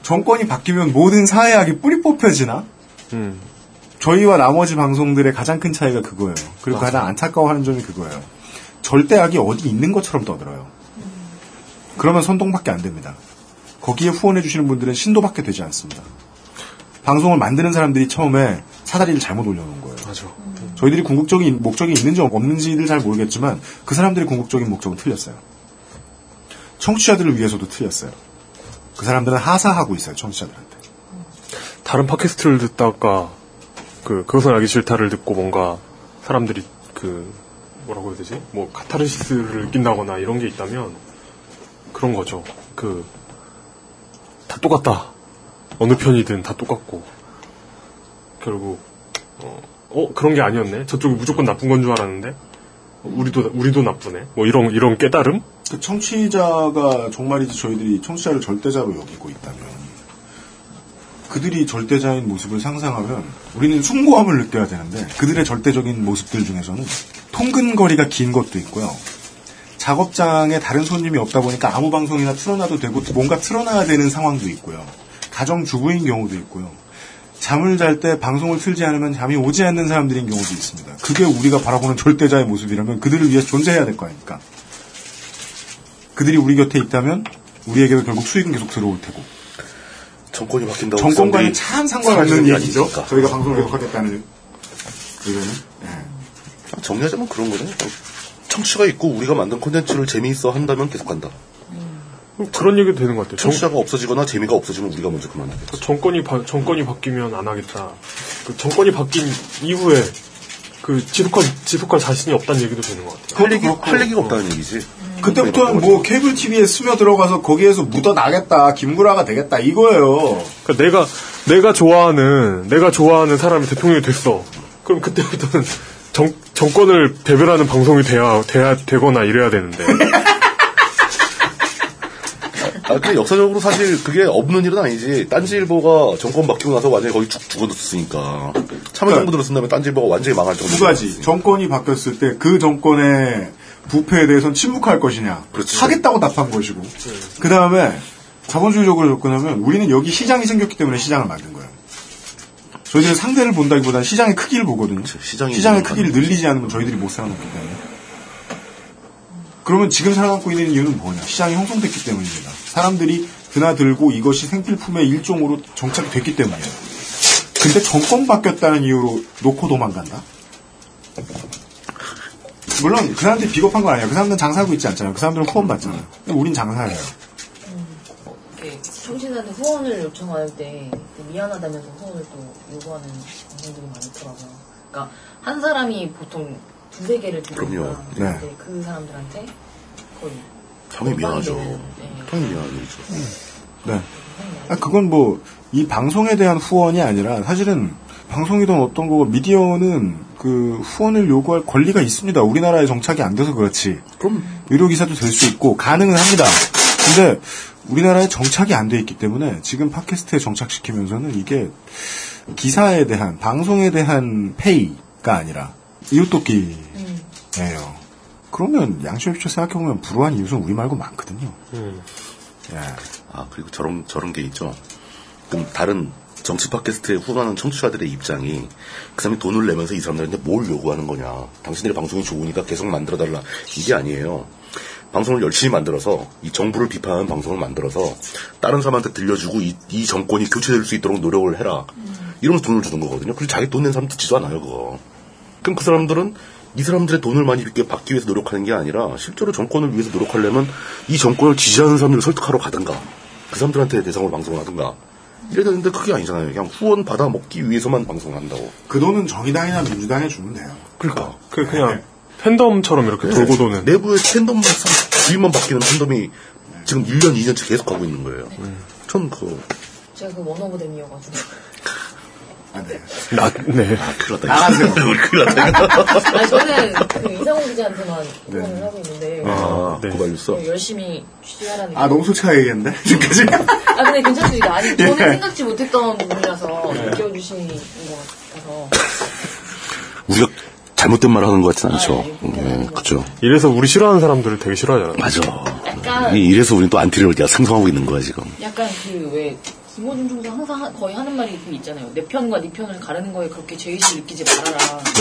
Speaker 2: 정권이 바뀌면 모든 사회학이 뿌리 뽑혀지나?
Speaker 13: 음.
Speaker 2: 저희와 나머지 방송들의 가장 큰 차이가 그거예요. 그리고 가장 안타까워하는 점이 그거예요. 절대 악이 어디 있는 것처럼 떠들어요. 그러면 선동밖에 안 됩니다. 거기에 후원해주시는 분들은 신도밖에 되지 않습니다. 방송을 만드는 사람들이 처음에 사다리를 잘못 올려놓은 거예요.
Speaker 13: 맞아.
Speaker 2: 저희들이 궁극적인 목적이 있는지 없는지를 잘 모르겠지만 그 사람들의 궁극적인 목적은 틀렸어요. 청취자들을 위해서도 틀렸어요. 그 사람들은 하사하고 있어요. 청취자들한테.
Speaker 13: 다른 팟캐스트를 듣다가 그 그것은 알기 싫다를 듣고 뭔가 사람들이 그 뭐라고 해야 되지? 뭐 카타르시스를 느낀다거나 이런 게 있다면 그런 거죠. 그 다 똑같다. 어느 편이든 다 똑같고 결국 어, 어, 그런 게 아니었네. 저쪽이 무조건 나쁜 건 줄 알았는데 어, 우리도 우리도 나쁘네. 뭐 이런 이런 깨달음?
Speaker 2: 그 청취자가 정말이지 저희들이 청취자를 절대자로 여기고 있다면 그들이 절대자인 모습을 상상하면 우리는 숭고함을 느껴야 되는데 그들의 절대적인 모습들 중에서는 통근거리가 긴 것도 있고요. 작업장에 다른 손님이 없다 보니까 아무 방송이나 틀어놔도 되고 뭔가 틀어놔야 되는 상황도 있고요. 가정주부인 경우도 있고요. 잠을 잘 때 방송을 틀지 않으면 잠이 오지 않는 사람들인 경우도 있습니다. 그게 우리가 바라보는 절대자의 모습이라면 그들을 위해서 존재해야 될 거 아닙니까? 그들이 우리 곁에 있다면 우리에게도 결국 수익은 계속 들어올 테고.
Speaker 12: 정권이 바뀐다고
Speaker 2: 정권과는
Speaker 12: 그 사람들이
Speaker 2: 참 상관없는
Speaker 12: 사는
Speaker 2: 얘기죠.
Speaker 12: 아니니까.
Speaker 2: 저희가 방송을 계속하겠다는 의견은. 예.
Speaker 12: 아, 정리하자면 그런 거네. 어, 청취가 있고 우리가 만든 콘텐츠를 재미있어 한다면 계속 간다.
Speaker 13: 음, 그런 얘기도 되는 것 같아요.
Speaker 12: 청취자가 없어지거나 재미가 없어지면 우리가 먼저 그만다.
Speaker 13: 정권이 바, 정권이 바뀌면 안 하겠다. 그 정권이 바뀐 이후에 그 지속할 지속할 자신이 없다는 얘기도 되는 것 같아요.
Speaker 12: 할 얘기 할 얘기가 없다는 얘기지.
Speaker 2: 그때부터는 뭐 케이블 TV에 스며 들어가서 거기에서 묻어 나겠다, 김구라가 되겠다 이거예요.
Speaker 13: 그러니까 내가 내가 좋아하는 내가 좋아하는 사람이 대통령이 됐어. 그럼 그때부터는 정 정권을 대변하는 방송이 돼야 돼야 되거나 이래야 되는데.
Speaker 12: 아, 근데 역사적으로 사실 그게 없는 일은 아니지. 딴지일보가 정권 바뀌고 나서 완전히 거의 죽, 죽어뒀으니까. 참여정부 들었은 다음에 딴지일보가 완전히 망할 정도.
Speaker 2: 그러니까 두 가지 정권이 바뀌었을 때 그 정권의 부패에 대해서는 침묵할 것이냐
Speaker 12: 그렇죠.
Speaker 2: 하겠다고 답한 것이고 그 다음에 자본주의적으로 접근하면 우리는 여기 시장이 생겼기 때문에 시장을 만든 거예요. 저희들은 상대를 본다기보다는 시장의 크기를 보거든요.
Speaker 12: 그렇죠. 시장이
Speaker 2: 시장의 크기를 늘리지 않으면 저희들이 못 살아남기 때문에. 그러면 지금 살아남고 있는 이유는 뭐냐? 시장이 형성됐기 때문입니다. 사람들이 드나들고 이것이 생필품의 일종으로 정착이 됐기 때문이에요. 근데 정권 바뀌었다는 이유로 놓고 도망간다? 물론 그 사람들이 비겁한 건 아니야. 그 사람들은 장사하고 있지 않잖아요. 그 사람들은 후원 받잖아요. 근데 우린 장사해요.
Speaker 14: 이렇게 음. 어, 예. 청취자한테 후원을 요청할 때 이렇게 미안하다면서 후원을 또 요구하는 방송들이 많더라고요. 그러니까 한 사람이 보통 두세 개를
Speaker 12: 그럼요.
Speaker 14: 들으니까
Speaker 12: 네.
Speaker 14: 근데 그 사람들한테 거의
Speaker 12: 당연히 미안하죠. 당연히 미안하죠.
Speaker 2: 네. 아, 그건 뭐, 이 방송에 대한 후원이 아니라, 사실은, 방송이든 어떤 거고, 미디어는 그 후원을 요구할 권리가 있습니다. 우리나라에 정착이 안 돼서 그렇지.
Speaker 12: 그럼.
Speaker 2: 유료기사도 될 수 있고, 가능은 합니다. 근데, 우리나라에 정착이 안 돼 있기 때문에, 지금 팟캐스트에 정착시키면서는 이게, 기사에 대한, 방송에 대한 페이가 아니라, 이웃돕기예요 네. 그러면, 양심없이 생각해보면, 불우한 이웃은 우리 말고 많거든요.
Speaker 12: 아, 그리고 저런, 저런 게 있죠. 그럼 다른 정치 팟캐스트에 후원하는 청취자들의 입장이 그 사람이 돈을 내면서 이 사람들한테 뭘 요구하는 거냐. 당신들의 방송이 좋으니까 계속 만들어달라. 이게 아니에요. 방송을 열심히 만들어서 이 정부를 비판하는 방송을 만들어서 다른 사람한테 들려주고 이, 이 정권이 교체될 수 있도록 노력을 해라. 이러면서 돈을 주는 거거든요. 그리고 자기 돈 낸 사람 듣지도 않아요, 그거. 그럼 그 사람들은 이 사람들의 돈을 많이 받게 받기 위해서 노력하는 게 아니라 실제로 정권을 위해서 노력하려면 이 정권을 지지하는 사람들을 설득하러 가든가 그 사람들한테 대상으로 방송을 하든가 이래야 되는데 그게 아니잖아요. 그냥 후원 받아 먹기 위해서만 방송을 한다고.
Speaker 2: 그 돈은 정의당이나 민주당에 주면 돼요. 네.
Speaker 12: 그러니까. 네.
Speaker 13: 그 그냥 팬덤처럼 이렇게 돌고 도는
Speaker 12: 내부의 팬덤만 싹 주인만 바뀌는 팬덤이 지금 1년, 2년째 계속 가고 있는 거예요.
Speaker 13: 네.
Speaker 12: 전 그,
Speaker 14: 제가 그 원어브댐이어가지고
Speaker 13: 나, 네.
Speaker 12: 아, 그렇다.
Speaker 2: 나가세요.
Speaker 14: 아니 저는 그 이상훈 기자한테만 후원을 하고 있는데
Speaker 12: 네.
Speaker 14: 그
Speaker 12: 아, 고발뉴스.
Speaker 14: 열심히 취재하라는
Speaker 2: 아, 너무 솔직하게 얘기했는데? 지금까지?
Speaker 14: 아 근데 괜찮습니다. 아니 저는
Speaker 2: 예.
Speaker 14: 생각지 못했던 부분이라서
Speaker 12: 예.
Speaker 14: 느껴주신 것 같아서
Speaker 12: 우리가 잘못된 말을 하는 것 같진 않죠. 예, 그죠.
Speaker 13: 이래서 우리 싫어하는 사람들을 되게 싫어하잖아요.
Speaker 12: 맞아.
Speaker 14: 약간
Speaker 12: 이- 이래서 우리는 또 안티를 내가 생성하고 있는 거야, 지금.
Speaker 14: 약간 그 왜 김호준 총사 항상 하- 거의 하는 말이 그 있잖아요. 내 편과 네 편을 가르는 거에 그렇게 죄의식 느끼지 말아라.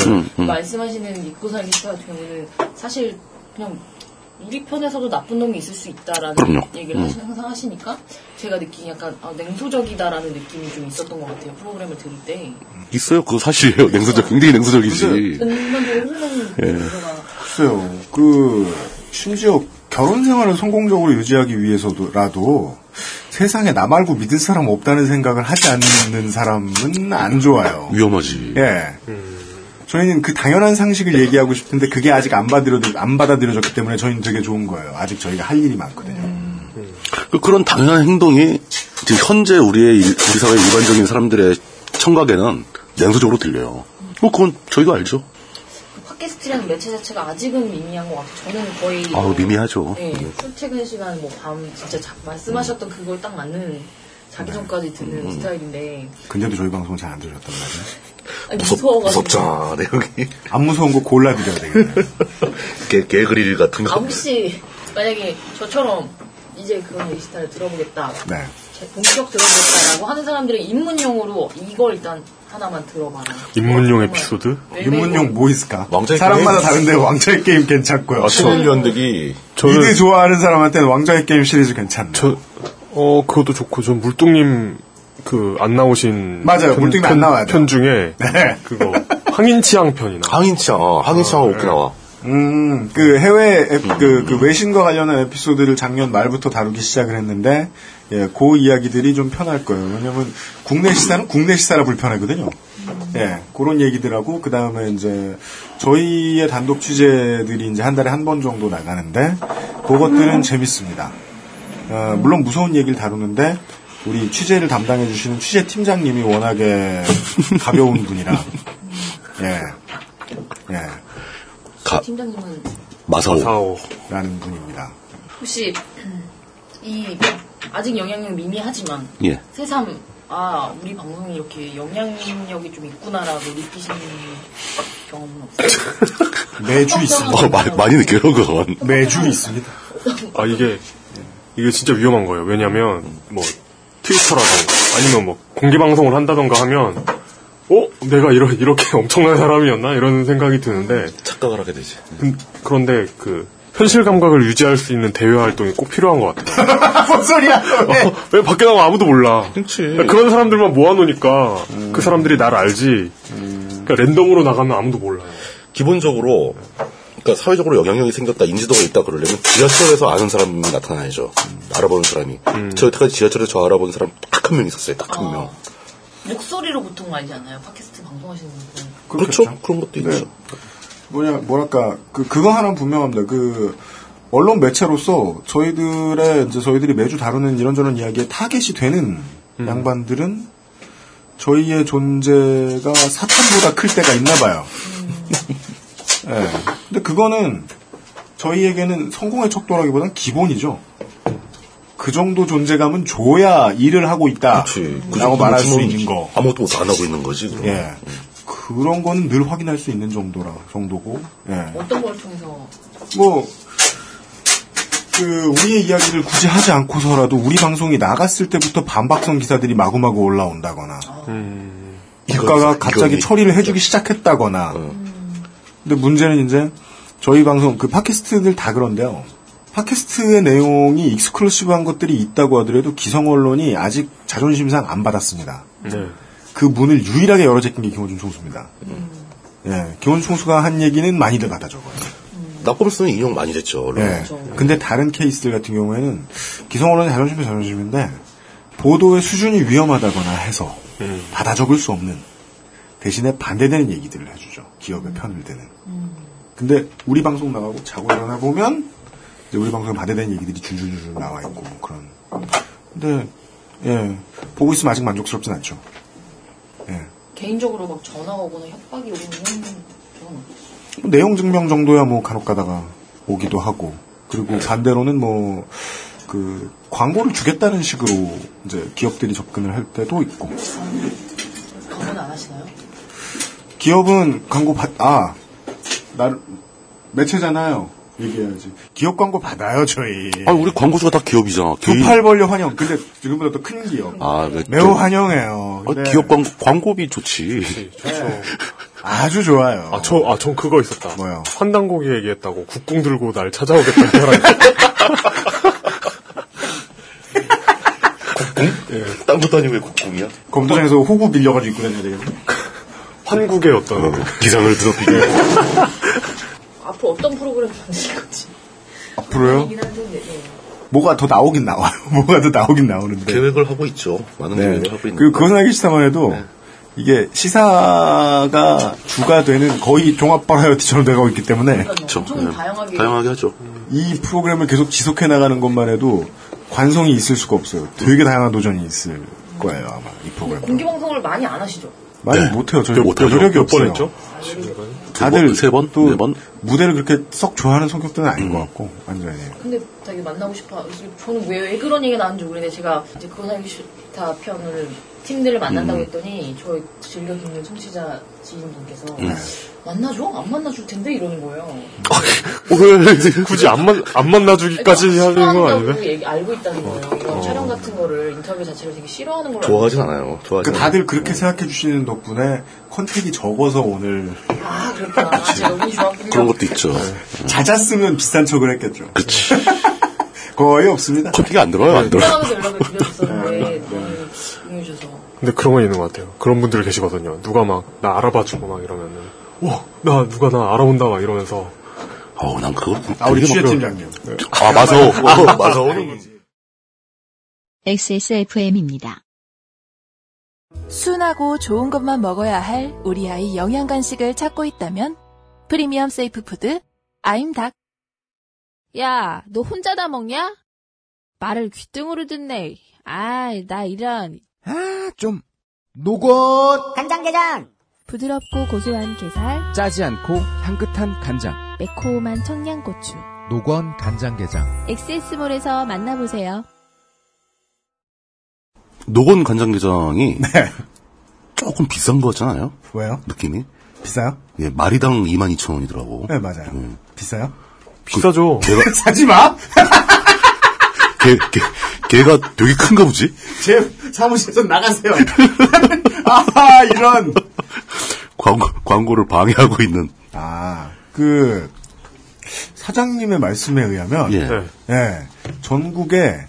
Speaker 12: 음, 음.
Speaker 14: 말씀하시는 입고살기스 같은 경우는 사실 그냥 우리 편에서도 나쁜 놈이 있을 수 있다라는
Speaker 12: 그럼요.
Speaker 14: 얘기를
Speaker 12: 음.
Speaker 14: 하시- 항상 하시니까 제가 느끼기 약간 아, 냉소적이다라는 느낌이 좀 있었던 것 같아요 프로그램을 들을 때
Speaker 12: 있어요. 그거 사실이에요. 냉소적, 굉장히 냉소적이지.
Speaker 14: 전반적으로 흐르는
Speaker 12: 예.
Speaker 2: 글쎄요. 그 심지어 결혼 생활을 성공적으로 유지하기 위해서도라도 세상에 나 말고 믿을 사람 없다는 생각을 하지 않는 사람은 안 좋아요.
Speaker 12: 위험하지.
Speaker 2: 예.
Speaker 13: 음.
Speaker 2: 저희는 그 당연한 상식을 얘기하고 싶은데 그게 아직 안 받아들여 안 받아들여졌기 때문에 저희는 되게 좋은 거예요. 아직 저희가 할 일이 많거든요.
Speaker 12: 그- 그런 당연한 행동이 지금 현재 우리의 일- 우리 사회 일반적인 사람들의 청각에는 냉소적으로 들려요. 뭐 그건 저희도 알죠.
Speaker 14: 그 팟캐스트라는 매체 자체가 아직은 미미한 것 같아요 저는 거의
Speaker 12: 아우, 미미하죠.
Speaker 14: 네,
Speaker 12: 음.
Speaker 14: 출퇴근 시간 뭐 밤 진짜 자- 말씀하셨던 그걸 딱 맞는 자기 전까지 듣는
Speaker 2: 음.
Speaker 14: 스타일인데
Speaker 2: 근데도 저희 방송 잘 안 들으셨단 말이에요.
Speaker 14: 아니, 무서워가지고
Speaker 12: 네, 여기.
Speaker 2: 안 무서운 거 골라드려야 되겠네.
Speaker 12: 개, 개그릴 같은
Speaker 14: 아
Speaker 12: 거.
Speaker 14: 혹시 만약에 저처럼 이제 그런 스타일 들어보겠다
Speaker 2: 네.
Speaker 14: 제 본격 들어보겠다라고 하는 사람들의 입문용으로 이걸 일단 하나만 들어봐라
Speaker 13: 입문용 에피소드?
Speaker 14: 네,
Speaker 2: 입문용 뭐 있을까?
Speaker 13: 왕자의
Speaker 2: 사람마다
Speaker 13: 게임?
Speaker 2: 다른데 왕자의 게임 괜찮고요.
Speaker 13: 아, 저는
Speaker 2: 연대기. 이들 좋아하는 사람한테는 왕자의 게임 시리즈 괜찮네.
Speaker 13: 저, 어, 그것도 좋고, 전 물뚱님, 그, 안 나오신.
Speaker 2: 맞아요. 물뚱님 안 나와야 돼요. 네.
Speaker 13: 편 중에. 그거. 항인치향 편이나.
Speaker 12: 항인치향,
Speaker 13: 어,
Speaker 12: 항인치향 오키나와.
Speaker 2: 음, 그 해외 에-
Speaker 13: 음.
Speaker 2: 그, 그 외신과 관련한 에피소드를 작년 말부터 다루기 시작을 했는데 예, 그 이야기들이 좀 편할 거예요. 왜냐면 국내 시사는 국내 시사라 불편하거든요. 예, 그런 얘기들하고 그 다음에 이제 저희의 단독 취재들이 이제 한 달에 한 번 정도 나가는데 그것들은 재밌습니다. 어, 물론 무서운 얘기를 다루는데 우리 취재를 담당해 주시는 취재 팀장님이 워낙에 가벼운 분이라 예, 예. 아.
Speaker 14: 팀장님은
Speaker 12: 마사오.
Speaker 2: 라는 분입니다.
Speaker 14: 혹시 이 아직 영향력 미미하지만
Speaker 12: 예.
Speaker 14: 새삼 아 우리 방송이 이렇게 영향력이 좀 있구나라고 느끼시는 경험은 없어요?
Speaker 2: 매주
Speaker 12: 어, 마- 많이 느껴요, 그건.
Speaker 2: 매주 있습니다.
Speaker 13: 아, 이게, 이게 진짜 위험한 거예요. 왜냐면, 뭐, 트위터라던가, 아니면 뭐, 공개방송을 한다던가 하면, 어? 내가 이러, 이렇게 엄청난 사람이었나? 이런 생각이 드는데. 음,
Speaker 12: 착각을 하게 되지.
Speaker 13: 그런데, 그, 현실 감각을 유지할 수 있는 대외 활동이 꼭 필요한 것 같아요.
Speaker 2: 뭔 소리야?
Speaker 12: 네.
Speaker 13: 어, 왜 밖에 나가면 아무도 몰라. 그런 사람들만 모아놓으니까
Speaker 12: 음.
Speaker 13: 그 사람들이 나를 알지. 그러니까 랜덤으로 나가면 아무도 몰라요.
Speaker 12: 기본적으로, 그러니까 사회적으로 영향력이 생겼다, 인지도가 있다 그러려면 지하철에서 아는 사람이 나타나야죠. 알아보는 사람이.
Speaker 2: 음.
Speaker 12: 저 여태까지 지하철에서 저 알아본 사람 딱 한 명 있었어요. 딱 한 명.
Speaker 14: 목소리로 보통 알지 않아요? 팟캐스트 방송하시는 분들
Speaker 12: 그렇죠. 그런 것도 있죠.
Speaker 2: 네. 뭐냐, 뭐랄까, 그, 그거 하나는 분명합니다. 그, 언론 매체로서 저희들의, 이제 저희들이 매주 다루는 이런저런 이야기에 타겟이 되는
Speaker 12: 음.
Speaker 2: 양반들은 저희의 존재가 사탄보다 클 때가 있나 봐요.
Speaker 12: 음.
Speaker 2: 예. 근데 그거는 저희에게는 성공의 척도라기보다는 기본이죠. 그 정도 존재감은 줘야 일을 하고 있다.
Speaker 12: 그
Speaker 2: 라고
Speaker 12: 정도면
Speaker 2: 말할 수
Speaker 12: 지금
Speaker 2: 있는 거.
Speaker 12: 아무것도 못 안 하고 있는 거지, 그러면.
Speaker 2: 예. 그런 거는 늘 확인할 수 있는 정도라 정도고 예.
Speaker 14: 어떤 걸 통해서
Speaker 2: 뭐, 그, 우리의 이야기를 굳이 하지 않고서라도 우리 방송이 나갔을 때부터 반박성 기사들이 마구마구 올라온다거나,
Speaker 13: 음,
Speaker 2: 국가가
Speaker 12: 이건-
Speaker 2: 갑자기
Speaker 12: 이건-
Speaker 2: 처리를 해주기 시작했다거나,
Speaker 12: 어.
Speaker 2: 근데 문제는 이제, 저희 방송, 그 팟캐스트들 다 그런데요. 팟캐스트의 내용이 익스클루시브한 것들이 있다고 하더라도 기성 언론이 아직 자존심상 안 받았습니다.
Speaker 13: 네.
Speaker 2: 그 문을 유일하게 열어 제낀 게 김호준 총수입니다. 예, 김호준 총수가 한 얘기는 많이들 받아 적어요.
Speaker 12: 나꼼수는 음. 인용 많이 됐죠. 언론에.
Speaker 2: 예. 근데 다른 케이스들 같은 경우에는 기성언론의 자존심이 자존심인데 보도의 수준이 위험하다거나 해서
Speaker 13: 음.
Speaker 2: 받아 적을 수 없는 대신에 반대되는 얘기들을 해주죠. 기업의 편을 드는. 근데 우리 방송 나가고 자고 일어나 보면 이제 우리 방송에 반대되는 얘기들이 줄줄줄 나와 있고 뭐 그런. 근데 예 보고 있으면 아직 만족스럽진 않죠.
Speaker 14: 개인적으로 막 전화가 오거나 협박이 오는 경우는 없어요?
Speaker 2: 뭐 내용 증명 정도야 뭐 간혹 가다가 오기도 하고
Speaker 12: 네.
Speaker 2: 그리고 반대로는 뭐 그 광고를 주겠다는 식으로 이제 기업들이 접근을 할 때도 있고
Speaker 14: 방문 안 하시나요?
Speaker 2: 기업은 광고 받아 나 매체잖아요 얘기해야지 기업 광고 받아요 저희
Speaker 12: 아, 우리 광고주가 다그 기업이잖아. 개인-
Speaker 2: 예. 두팔 벌려 환영 근데 지금보다 더 큰 기업
Speaker 12: 아, 그-
Speaker 2: 매우 환영해요
Speaker 12: 아,
Speaker 2: 네.
Speaker 12: 기업 광, 광고비 좋지.
Speaker 2: 네. 아주 좋아요.
Speaker 13: 아, 저, 아, 전 그거 있었다.
Speaker 2: 뭐요?
Speaker 13: 환단고기 얘기했다고 국궁 들고 날 찾아오겠다는 사람이
Speaker 12: 예. 딴 것도 아니고 왜 국궁이야?
Speaker 2: 검도장에서 호구 빌려가지고 입고 다녀야 되겠네.
Speaker 13: 한국의 어떤
Speaker 12: 기상을 드럽히게.
Speaker 14: 앞으로 어떤 프로그램 만들 건지.
Speaker 2: 앞으로요?
Speaker 14: 이긴 한데, 예.
Speaker 2: 뭐가 더 나오긴 나와요. 뭐가 더 나오긴 나오는데.
Speaker 12: 계획을 하고 있죠. 그 많은 계획을 하고 있는.
Speaker 2: 네. 그,
Speaker 12: 네.
Speaker 2: 그건 알기 싫다만 해도, 이게 시사가 주가 되는 거의 종합 버라이어티처럼 돼가고 있기 때문에,
Speaker 12: 그렇죠.
Speaker 14: 그러니까 엄청 다양하게.
Speaker 12: 하죠.
Speaker 2: 이 프로그램을 계속 지속해 나가는 것만 해도 관성이 있을 수가 없어요. 되게 다양한 도전이 있을 거예요, 아마, 이
Speaker 12: 어, 네.
Speaker 2: 프로그램.
Speaker 14: 공개 방송을 많이 안 하시죠?
Speaker 2: 많이 못해요. 저희 그 노력이 없어요. 다들 세 번,
Speaker 12: 네
Speaker 2: 또 무대를 그렇게 썩 좋아하는 성격들은 아닌
Speaker 12: 음.
Speaker 2: 것 같고, 완전히.
Speaker 14: 근데 되게 만나고 싶어. 저는 왜, 왜 그런 얘기가 나왔는지 모르겠는데 제가 이제 그건 알기 싫다 편을 팀들을 만난다고
Speaker 2: 음.
Speaker 14: 했더니 저 즐겨 듣는 청취자 지인분께서
Speaker 13: 음.
Speaker 14: 만나줘? 안 만나줄 텐데 이러는 거예요.
Speaker 13: 왜 굳이 안, 만, 안 만나주기까지 하는 건
Speaker 14: 그러니까 싫어한다고
Speaker 13: 아닌데?
Speaker 14: 얘기 알고 있다는 거예요. 이런
Speaker 13: 어.
Speaker 14: 촬영 같은 거를 인터뷰 자체를 되게 싫어하는 걸로
Speaker 12: 좋아하진 않아요. 네. 좋아하진
Speaker 2: 그 다들 그렇게 생각해 주시는 덕분에 컨택이 적어서 오늘 네.
Speaker 14: 아 그렇구나. 제가 운이 좋았군요.
Speaker 12: 그런 것도 있죠. 음.
Speaker 2: 잦았으면 비싼 척을 했겠죠. 그치. 거의 없습니다. 네.
Speaker 12: 커피가 안 들어요, 안
Speaker 14: 돌아가면서 연락을 네. 드렸었는데
Speaker 13: 음.
Speaker 14: 너무 응해주셔서
Speaker 13: 근데 그런 건 있는 것 같아요. 그런 분들 계시거든요. 누가 막, 나 알아봐주고 막 이러면은, 와, 나, 누가 나 알아온다 막 이러면서.
Speaker 12: 어우, 난 그걸.
Speaker 13: 아, 우리
Speaker 2: 취재팀장님.
Speaker 12: 아, 마사오. 아, 마사오.
Speaker 1: XSFM입니다.
Speaker 16: 순하고 좋은 것만 먹어야 할 우리 아이 영양 간식을 찾고 있다면 프리미엄 세이프 푸드 아임닭
Speaker 6: 야, 너 혼자 다 먹냐? 말을 귀등으로 듣네. 아이, 나 이런.
Speaker 11: 아, 좀. 노건!
Speaker 17: 간장게장!
Speaker 18: 부드럽고 고소한 게살,
Speaker 11: 짜지 않고 향긋한 간장.
Speaker 18: 매콤한 청양고추.
Speaker 11: 노건 간장게장.
Speaker 18: 엑세스몰에서 만나보세요.
Speaker 12: 노건 간장게장이
Speaker 2: 네.
Speaker 12: 조금 비싼 거잖아요.
Speaker 2: 왜요?
Speaker 12: 느낌이.
Speaker 2: 비싸요?
Speaker 12: 예, 마리당 22,000원이더라고. 그
Speaker 2: 네, 맞아요.
Speaker 12: 음.
Speaker 2: 비싸요?
Speaker 13: 비싸죠.
Speaker 12: 걔가,
Speaker 2: 사지 마!
Speaker 12: 걔, 걔, 걔가 되게 큰가 보지?
Speaker 2: 제 사무실에서 나가세요. 아, 이런.
Speaker 12: 광고, 광고를 방해하고 있는.
Speaker 2: 아, 그, 사장님의 말씀에 의하면,
Speaker 12: 예.
Speaker 2: 예, 전국에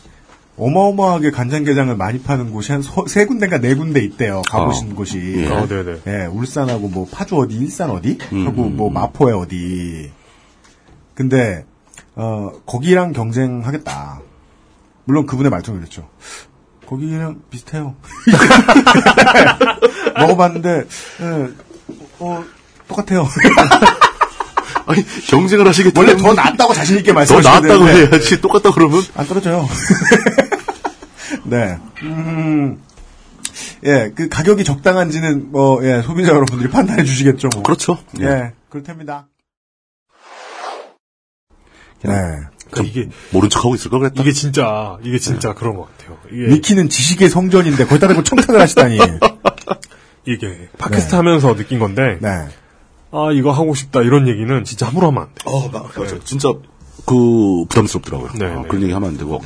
Speaker 2: 어마어마하게 간장게장을 많이 파는 곳이 한 세 군데인가 네 군데 있대요. 가보신
Speaker 13: 아,
Speaker 2: 곳이.
Speaker 13: 예. 아, 네네.
Speaker 2: 예, 울산하고 뭐 파주 어디, 일산 어디, 그리고
Speaker 12: 음.
Speaker 2: 뭐 마포에 어디. 근데, 어, 거기랑 경쟁하겠다. 물론 그분의 말투는 그랬죠. 거기랑 비슷해요. 먹어봤는데, 예, 어, 똑같아요.
Speaker 12: 아니, 경쟁을 하시겠다.
Speaker 2: 원래 더 낫다고 자신있게
Speaker 12: 더
Speaker 2: 말씀하시는데.
Speaker 12: 나았다고 해야지. 똑같다 그러면.
Speaker 2: 안 떨어져요. 네. 음. 예, 그 가격이 적당한지는 뭐, 예, 소비자 여러분들이 판단해 주시겠죠. 뭐.
Speaker 12: 그렇죠.
Speaker 2: 예.
Speaker 12: 예.
Speaker 2: 그렇답니다. 네.
Speaker 13: 그러니까 이게
Speaker 12: 모른 척하고 있을 걸 그랬다.
Speaker 13: 이게 진짜 이게 진짜 그런 것 같아요. 이게
Speaker 2: 니키는 네. 지식의 성전인데 거기다 대고 청탁을 하시다니.
Speaker 13: 이게 팟캐스트 하면서 느낀 건데
Speaker 2: 네.
Speaker 13: 아 이거 하고 싶다 이런 얘기는 진짜 함부로 하면 안 네. 돼.
Speaker 12: 어, 막, 맞아. 진짜, 그, 부담스럽더라고요. 아, 그런 얘기 하면 안 되고.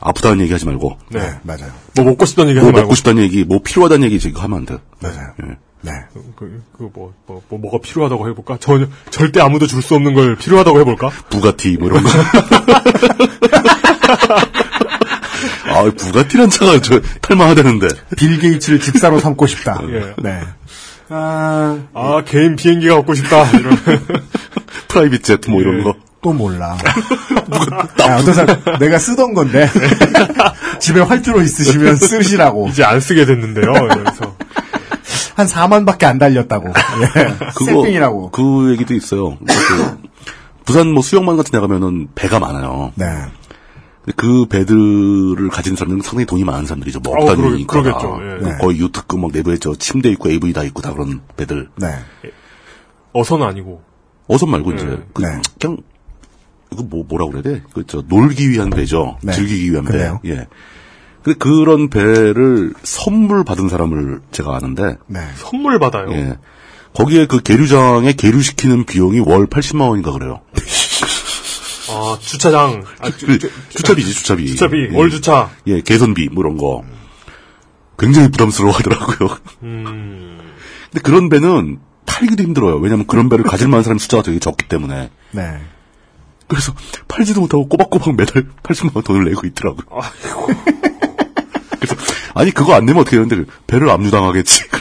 Speaker 12: 아프다는 얘기 하지 말고.
Speaker 13: 네.
Speaker 2: 맞아요.
Speaker 13: 뭐 먹고 싶다는 얘기 하지
Speaker 12: 뭐
Speaker 13: 말고.
Speaker 12: 먹고 싶다는 얘기, 뭐 필요하다는 얘기 지금 하면 안 돼.
Speaker 2: 맞아요.
Speaker 12: 예.
Speaker 2: 네.
Speaker 13: 그, 그, 뭐, 뭐, 뭐, 뭐가 필요하다고 해볼까? 전혀, 절대 아무도 줄 수 없는 걸 필요하다고 해볼까?
Speaker 12: 부가티, 뭐 이런 거.
Speaker 2: 예.
Speaker 12: 아, 부가티란 차가 저, 탈만하다는데. 예.
Speaker 2: 빌 게이츠를 집사로 삼고 싶다. 네. 아,
Speaker 13: 아, 개인 비행기가 갖고 싶다. 이런.
Speaker 12: 프라이빗 제트 뭐 이런 거.
Speaker 2: 예. 또 몰라. 야, 어떤 사람, 내가 쓰던 건데.
Speaker 12: 예.
Speaker 2: 집에 활주로 있으시면 쓰시라고.
Speaker 13: 이제 안 쓰게 됐는데요. 이러면서.
Speaker 2: 한 4만밖에 안 달렸다고. 예. 세팅이라고.
Speaker 12: 그 얘기도 있어요. 그 부산 뭐 수영만 같은 데 가면은 배가 많아요.
Speaker 2: 네.
Speaker 12: 근데 그 배들을 가진 사람들은 상당히 돈이 많은 사람들이죠. 뭐
Speaker 13: 어,
Speaker 12: 없다는
Speaker 13: 그러-
Speaker 12: 얘기니까.
Speaker 13: 그러겠죠. 예. 네.
Speaker 12: 거의 유특급 막 내부에 저 침대 있고 AV 다 있고 다 그런 배들.
Speaker 2: 네.
Speaker 13: 어선 아니고.
Speaker 12: 어선 말고 이제
Speaker 2: 음.
Speaker 12: 그,
Speaker 2: 네.
Speaker 12: 냥 이거 뭐 뭐라 그래야 돼? 그저 놀기 위한 배죠.
Speaker 2: 네.
Speaker 12: 즐기기 위한
Speaker 2: 그래요?
Speaker 12: 배. 예. 근데 그런 배를 선물 받은 사람을 제가 아는데
Speaker 2: 네.
Speaker 13: 선물 받아요.
Speaker 12: 예. 거기에 그 계류장에 계류시키는 비용이 월 80만 원인가 그래요.
Speaker 13: 아, 주차장. 아, 주, 주,
Speaker 12: 주차비지, 주차비.
Speaker 13: 주차비,
Speaker 12: 예.
Speaker 13: 월 주차.
Speaker 12: 예, 개선비, 뭐 이런 거. 굉장히 부담스러워 하더라고요.
Speaker 13: 음.
Speaker 12: 근데 그런 배는 팔기도 힘들어요. 왜냐하면 그런 배를 가질 만한 사람 숫자가 되게 적기 때문에.
Speaker 2: 네.
Speaker 12: 그래서 팔지도 못하고 꼬박꼬박 매달 80만 원 돈을 내고 있더라고요. 그래서 아니 그거 안 내면 어떻게 되는데 배를 압류당하겠지.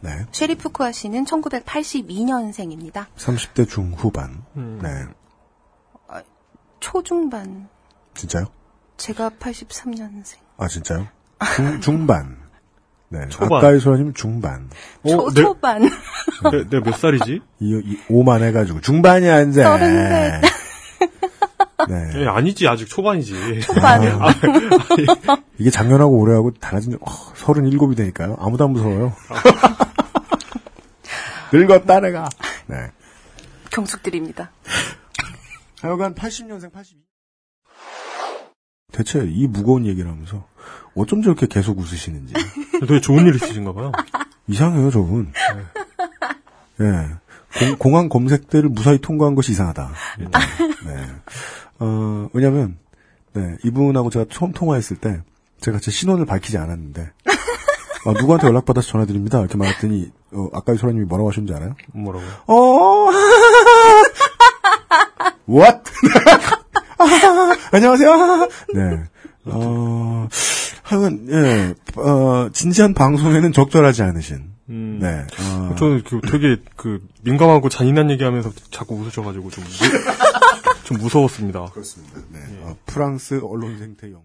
Speaker 2: 네.
Speaker 19: 쉐리프쿠아 씨는 1982년생입니다.
Speaker 2: 30대 중후반.
Speaker 12: 음.
Speaker 2: 네.
Speaker 19: 초중반.
Speaker 2: 진짜요?
Speaker 19: 제가 83년생.
Speaker 2: 아, 진짜요? 중, 중반. 네.
Speaker 13: 초반.
Speaker 2: 아까의 소아님 중반.
Speaker 19: 초, 초반.
Speaker 13: 뭐, 내, 내가 몇 살이지?
Speaker 2: 이, 이, 오만 해가지고. 중반이 안 돼.
Speaker 19: 서른
Speaker 2: 네.
Speaker 19: 살.
Speaker 13: 예, 아니지 아직 초반이지.
Speaker 19: 초반.
Speaker 13: 아,
Speaker 2: 네. 이게 작년하고 올해하고 달라진, 어, 37이 되니까요. 아무도 안 무서워요. 늙었다, 내가. 네.
Speaker 19: 경숙드립니다.
Speaker 2: 하여간 80년생 82. 대체 이 무거운 얘기를 하면서 어쩜 저렇게 계속 웃으시는지.
Speaker 13: 되게 좋은 일 있으신가 봐요.
Speaker 2: 이상해요, 저분. 예. 공, 공항 검색대를 무사히 통과한 것이 이상하다. 네. 어, 왜냐면, 네, 이분하고 제가 처음 통화했을 때, 제가 제 신원을 밝히지 않았는데, 아, 누구한테 연락받아서 전화드립니다. 이렇게 말했더니, 어, 아까 이 소라님이 뭐라고 하셨는지 알아요?
Speaker 13: 뭐라고?
Speaker 2: 어, What? 아, 안녕하세요. 아, 네. 어, 하여간, 예, 어, 진지한 방송에는 적절하지 않으신.
Speaker 13: 음.
Speaker 2: 네. 어,
Speaker 13: 저는 그 되게 그 민감하고 잔인한 얘기하면서 자꾸 웃으셔가지고 좀, 무- 좀 무서웠습니다.
Speaker 2: 그렇습니다. 네. 어, 프랑스 언론 생태 연구.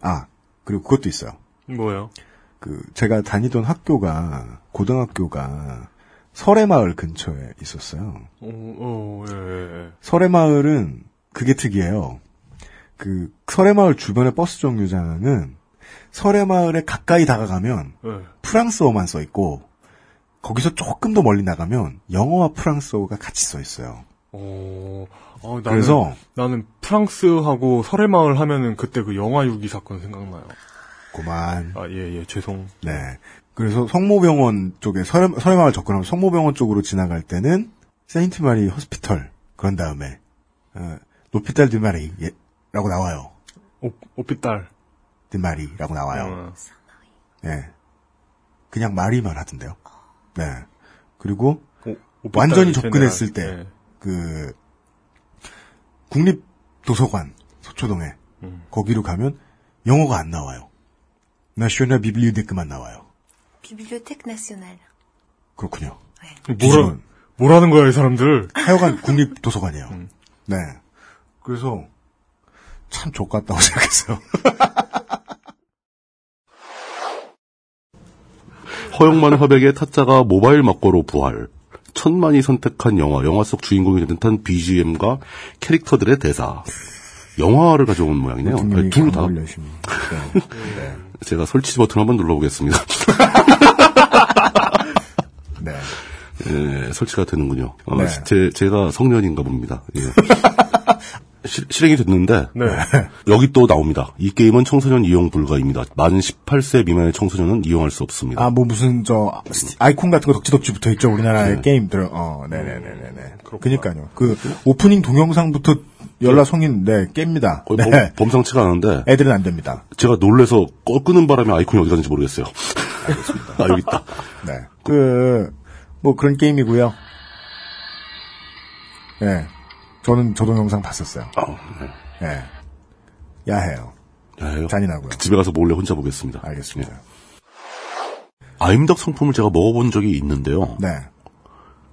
Speaker 2: 아, 그리고 그것도 있어요.
Speaker 13: 뭐예요?
Speaker 2: 그, 제가 다니던 학교가, 고등학교가, 설해마을 근처에 있었어요.
Speaker 13: 어, 어, 예, 예, 예.
Speaker 2: 설해마을은 그게 특이해요. 그 설해마을 주변의 버스 정류장은 설해마을에 가까이 다가가면
Speaker 13: 예.
Speaker 2: 프랑스어만 써 있고 거기서 조금 더 멀리 나가면 영어와 프랑스어가 같이 써 있어요.
Speaker 13: 어, 어, 나는,
Speaker 2: 그래서-
Speaker 13: 나는 프랑스하고 설해마을 하면은 그때 그 영화 유기 사건 생각나요.
Speaker 2: 고만.
Speaker 13: 아, 예, 예, 죄송.
Speaker 2: 네. 그래서 성모병원 쪽에 설해, 설해마을 접근하면 성모병원 쪽으로 지나갈 때는 세인트 마리 호스피털 그런 다음에 어, 노피탈 드 마리라고 나와요.
Speaker 13: 오, 오피딸.
Speaker 2: 드 마리라고
Speaker 13: 어.
Speaker 2: 나와요. 예. 그냥 마리만 하던데요. 네. 그리고
Speaker 13: 오피탈
Speaker 2: 완전히
Speaker 13: 제네랄.
Speaker 2: 접근했을 때,
Speaker 13: 예.
Speaker 2: 그, 국립도서관, 서초동에,
Speaker 13: 음.
Speaker 2: 거기로 가면 영어가 안 나와요. 나시오나 비블리오데크만 나와요.
Speaker 19: 비빌리오텍 나시오날.
Speaker 2: 그렇군요.
Speaker 13: 뭐라, 뭐라는 거야, 이 사람들. 음.
Speaker 2: 하여간 국립도서관이에요. 네. 그래서, 참 족같다고 생각했어요.
Speaker 12: 허영만 화백의 타짜가 모바일 막고로 부활. 천만이 선택한 영화, 영화 속 주인공이 되는 듯한 BGM과 캐릭터들의 대사. 영화를 가져온 모양이네요. 아니, 둘 다. 네. 제가 설치 버튼 한번 눌러보겠습니다.
Speaker 2: 네.
Speaker 12: 예, 설치가 되는군요. 아,
Speaker 2: 네.
Speaker 12: 제, 제가 성년인가 봅니다. 예. 실- 실행이 됐는데 여기 또 나옵니다. 이 게임은 청소년 이용 불가입니다. 만 18세 미만의 청소년은 이용할 수 없습니다.
Speaker 2: 아, 뭐 무슨, 저, 아이콘 같은 거 덕지덕지 붙어 있죠,
Speaker 13: 네.
Speaker 2: 우리나라의 게임들. 어, 네네네네네. 그니까요. 그, 오프닝 동영상부터 연락 성인, 네, 깹니다.
Speaker 12: 거의
Speaker 13: 뭐-
Speaker 2: 네.
Speaker 12: 범, 상치가 않은데
Speaker 2: 애들은 안 됩니다.
Speaker 12: 제가 놀래서 꺼 끄는 바람에 아이콘이 어디 갔는지 모르겠어요. 아 여기 있다.
Speaker 2: 네. 그, 뭐 그런 게임이고요. 예. 저는 저 동영상 봤었어요. 예. 야해요.
Speaker 12: 야해요?
Speaker 2: 잔인하고요.
Speaker 12: 집에 가서 몰래 혼자 보겠습니다.
Speaker 2: 네.
Speaker 12: 예.
Speaker 2: 알겠습니다.
Speaker 12: 아임닭 상품을 제가 먹어본 적이 있는데요.
Speaker 2: 네.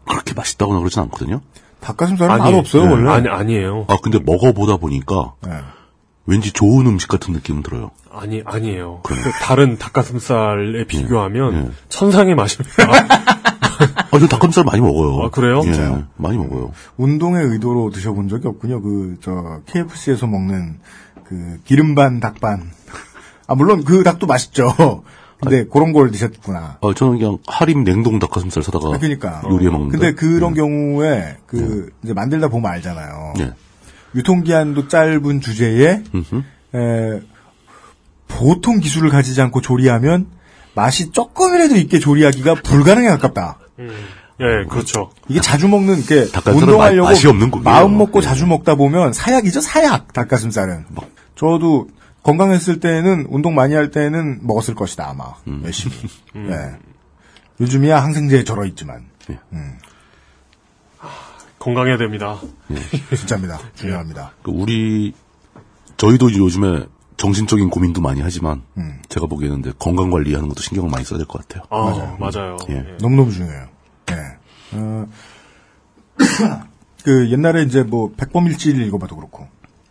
Speaker 12: 그렇게 맛있다거나 그러진 않거든요.
Speaker 2: 닭가슴살은 맛 없어요,
Speaker 12: 네.
Speaker 2: 원래.
Speaker 13: 아니에요.
Speaker 12: 아 근데 먹어보다 보니까
Speaker 2: 네.
Speaker 12: 왠지 좋은 음식 같은 느낌은 들어요.
Speaker 13: 아니, 아니에요. 그 다른 닭가슴살에 비교하면
Speaker 12: 예.
Speaker 13: 천상의 맛입니다.
Speaker 12: 아, 저 닭가슴살 많이 먹어요.
Speaker 13: 아, 그래요?
Speaker 12: 예,
Speaker 13: 진짜요?
Speaker 12: 많이 먹어요.
Speaker 2: 운동의 의도로 드셔본 적이 없군요. 그, 저, KFC에서 먹는 그 기름반 닭반. 아, 물론 그 닭도 맛있죠. 근데 그런 걸 드셨구나.
Speaker 12: 아, 저는 그냥 하림 냉동 닭가슴살 사다가
Speaker 2: 그러니까.
Speaker 12: 어, 요리해 먹는데. 음.
Speaker 2: 근데 그런 경우에 그 이제 만들다 보면 알잖아요.
Speaker 12: 예.
Speaker 2: 유통기한도 짧은 주제에
Speaker 12: 음흠.
Speaker 2: 에, 보통 기술을 가지지 않고 조리하면 맛이 조금이라도 있게 조리하기가 불가능에 가깝다.
Speaker 13: 예, 그렇죠.
Speaker 2: 이게 자주 먹는 게
Speaker 12: 닭가슴살은
Speaker 2: 운동하려고
Speaker 12: 맛- 맛이 없는 거고요. 네. 뭐.
Speaker 2: 마음 먹고 자주 먹다 보면 사약이죠 사약 닭가슴살은. 저도 건강했을 때에는 운동 많이 할 때에는 먹었을 것이다 아마
Speaker 12: 음.
Speaker 2: 열심히. 네. 요즘이야 항생제에 절어 있지만.
Speaker 12: 네.
Speaker 2: 음.
Speaker 13: 건강해야 됩니다.
Speaker 2: 예, 진짜입니다. 중요합니다.
Speaker 12: 그 우리 저희도 요즘에 정신적인 고민도 많이 하지만
Speaker 2: 음.
Speaker 12: 제가 보기에는 이제 건강 관리하는 것도 신경을 많이 써야 될 것 같아요.
Speaker 13: 아, 맞아요. 맞아요.
Speaker 12: 예.
Speaker 2: 너무너무 중요해요. 예. 어, 그 옛날에 이제 뭐 백범일지를 읽어봐도 그렇고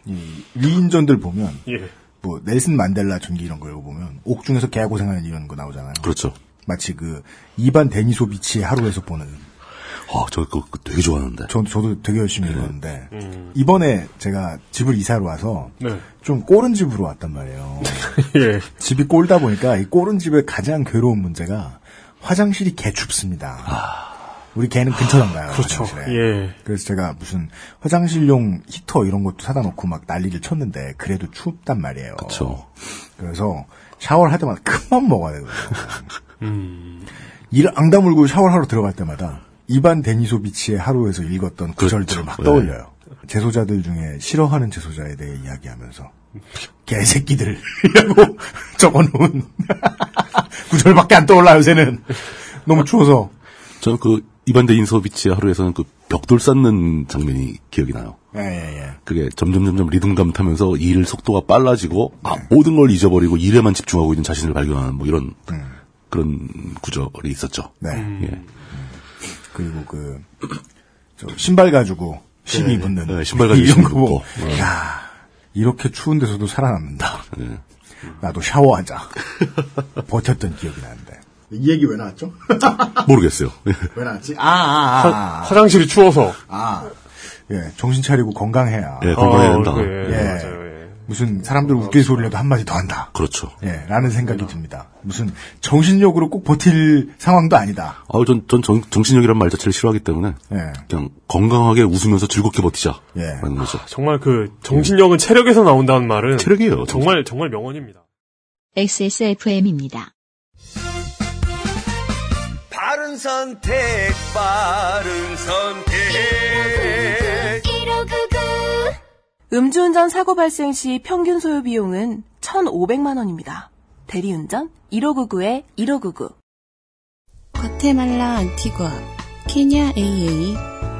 Speaker 2: 이 위인전들 보면
Speaker 13: 예.
Speaker 2: 뭐 넬슨 만델라 전기 이런 거 읽어보면 옥중에서 개고생하는 이런 거 나오잖아요.
Speaker 12: 그렇죠.
Speaker 2: 마치 그 이반 데니소비치의 하루에서 보는
Speaker 12: 아, 저 그거 되게 좋아하는데. 네. 음.
Speaker 2: 저, 저도 되게 열심히 읽었는데 이번에 제가 집을 이사를 와서
Speaker 13: 네.
Speaker 2: 좀 꼬른 집으로 왔단 말이에요.
Speaker 13: 예.
Speaker 2: 집이 꼴다 보니까 이 꼬른 집의 가장 괴로운 문제가 화장실이 개춥습니다. 우리 개는 근처 안 가요.
Speaker 13: 아. 그렇죠.
Speaker 2: 화장실에.
Speaker 13: 예.
Speaker 2: 그래서 제가 무슨 화장실용 히터 이런 것도 사다 놓고 막 난리를 쳤는데 그래도 춥단 말이에요.
Speaker 12: 그렇죠.
Speaker 2: 그래서 샤워를 할 때마다 큰맘 먹어야 돼요.
Speaker 13: 음.
Speaker 2: 이를 앙다물고 샤워하러 들어갈 때마다 이반 데니소비치의 하루에서 읽었던 구절들을 막 떠올려요. 재소자들 중에 싫어하는 재소자에 대해 이야기하면서 개새끼들이라고 적어놓은 구절밖에 안 떠올라 요새는 너무 추워서
Speaker 12: 저는 그 이반대 인서비치의 하루에서는 그 벽돌 쌓는 장면이 기억이 나요.
Speaker 2: 예예예.
Speaker 12: 그게 점점 점점 리듬감 타면서 일 속도가 빨라지고 아, 모든 걸 잊어버리고 일에만 집중하고 있는 자신을 발견하는 뭐 이런 그런 구절이 있었죠.
Speaker 2: 음. 네.
Speaker 12: 예.
Speaker 2: 그리고 그 저 신발 가지고 심이
Speaker 12: 네.
Speaker 2: 붙는
Speaker 12: 네, 신발 가지고
Speaker 2: 이런
Speaker 12: 심이
Speaker 2: 거 보고
Speaker 12: 붙고. 네.
Speaker 2: 야 이렇게 추운 데서도 살아남는다. 나도 샤워하자. 버텼던 기억이 나는데. 이 얘기 왜 나왔죠?
Speaker 12: 모르겠어요.
Speaker 2: 왜 나왔지? 아, 아, 아, 아.
Speaker 13: 화장실이 추워서.
Speaker 2: 아. 예, 정신 차리고 건강해야.
Speaker 12: 예, 건강해야 된다.
Speaker 2: 예. 무슨 사람들 웃길 소리라도 한마디 더 한다.
Speaker 12: 그렇죠.
Speaker 2: 예, 라는 생각이 듭니다. 무슨 정신력으로 꼭 버틸 상황도 아니다.
Speaker 12: 아우 전, 전 정, 정신력이란 말 자체를 싫어하기 때문에
Speaker 2: 예.
Speaker 12: 그냥 건강하게 웃으면서 즐겁게 버티자.
Speaker 2: 예.
Speaker 12: 라는 거죠.
Speaker 13: 정말 그 정신력은 체력에서 나온다는 말은
Speaker 12: 체력이에요.
Speaker 13: 정말 정말 명언입니다.
Speaker 1: XSFM입니다.
Speaker 5: 바른 선택, 바른 선택.
Speaker 9: 음주운전 사고 발생 시 평균 소요 비용은 1,500만 원입니다. 대리운전 1599에 1599.
Speaker 8: 과테말라 안티과, 케냐 AA,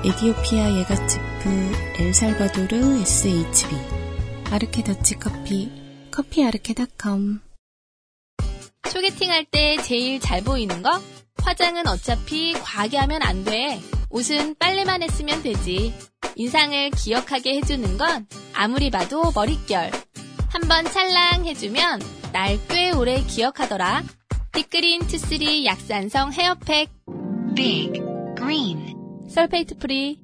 Speaker 8: 에디오피아 예가치프, 엘살바도르 SHB, 아르케 더치 커피, 커피 아르케닷컴.
Speaker 6: 소개팅할 때 제일 잘 보이는 거? 화장은 어차피 과하게 하면 안 돼. 옷은 빨래만 했으면 되지. 인상을 기억하게 해주는 건 아무리 봐도 머릿결. 한번 찰랑 해주면 날 꽤 오래 기억하더라. 빅그린 투쓰리 약산성 헤어팩. 빅 그린 설페이트 프리.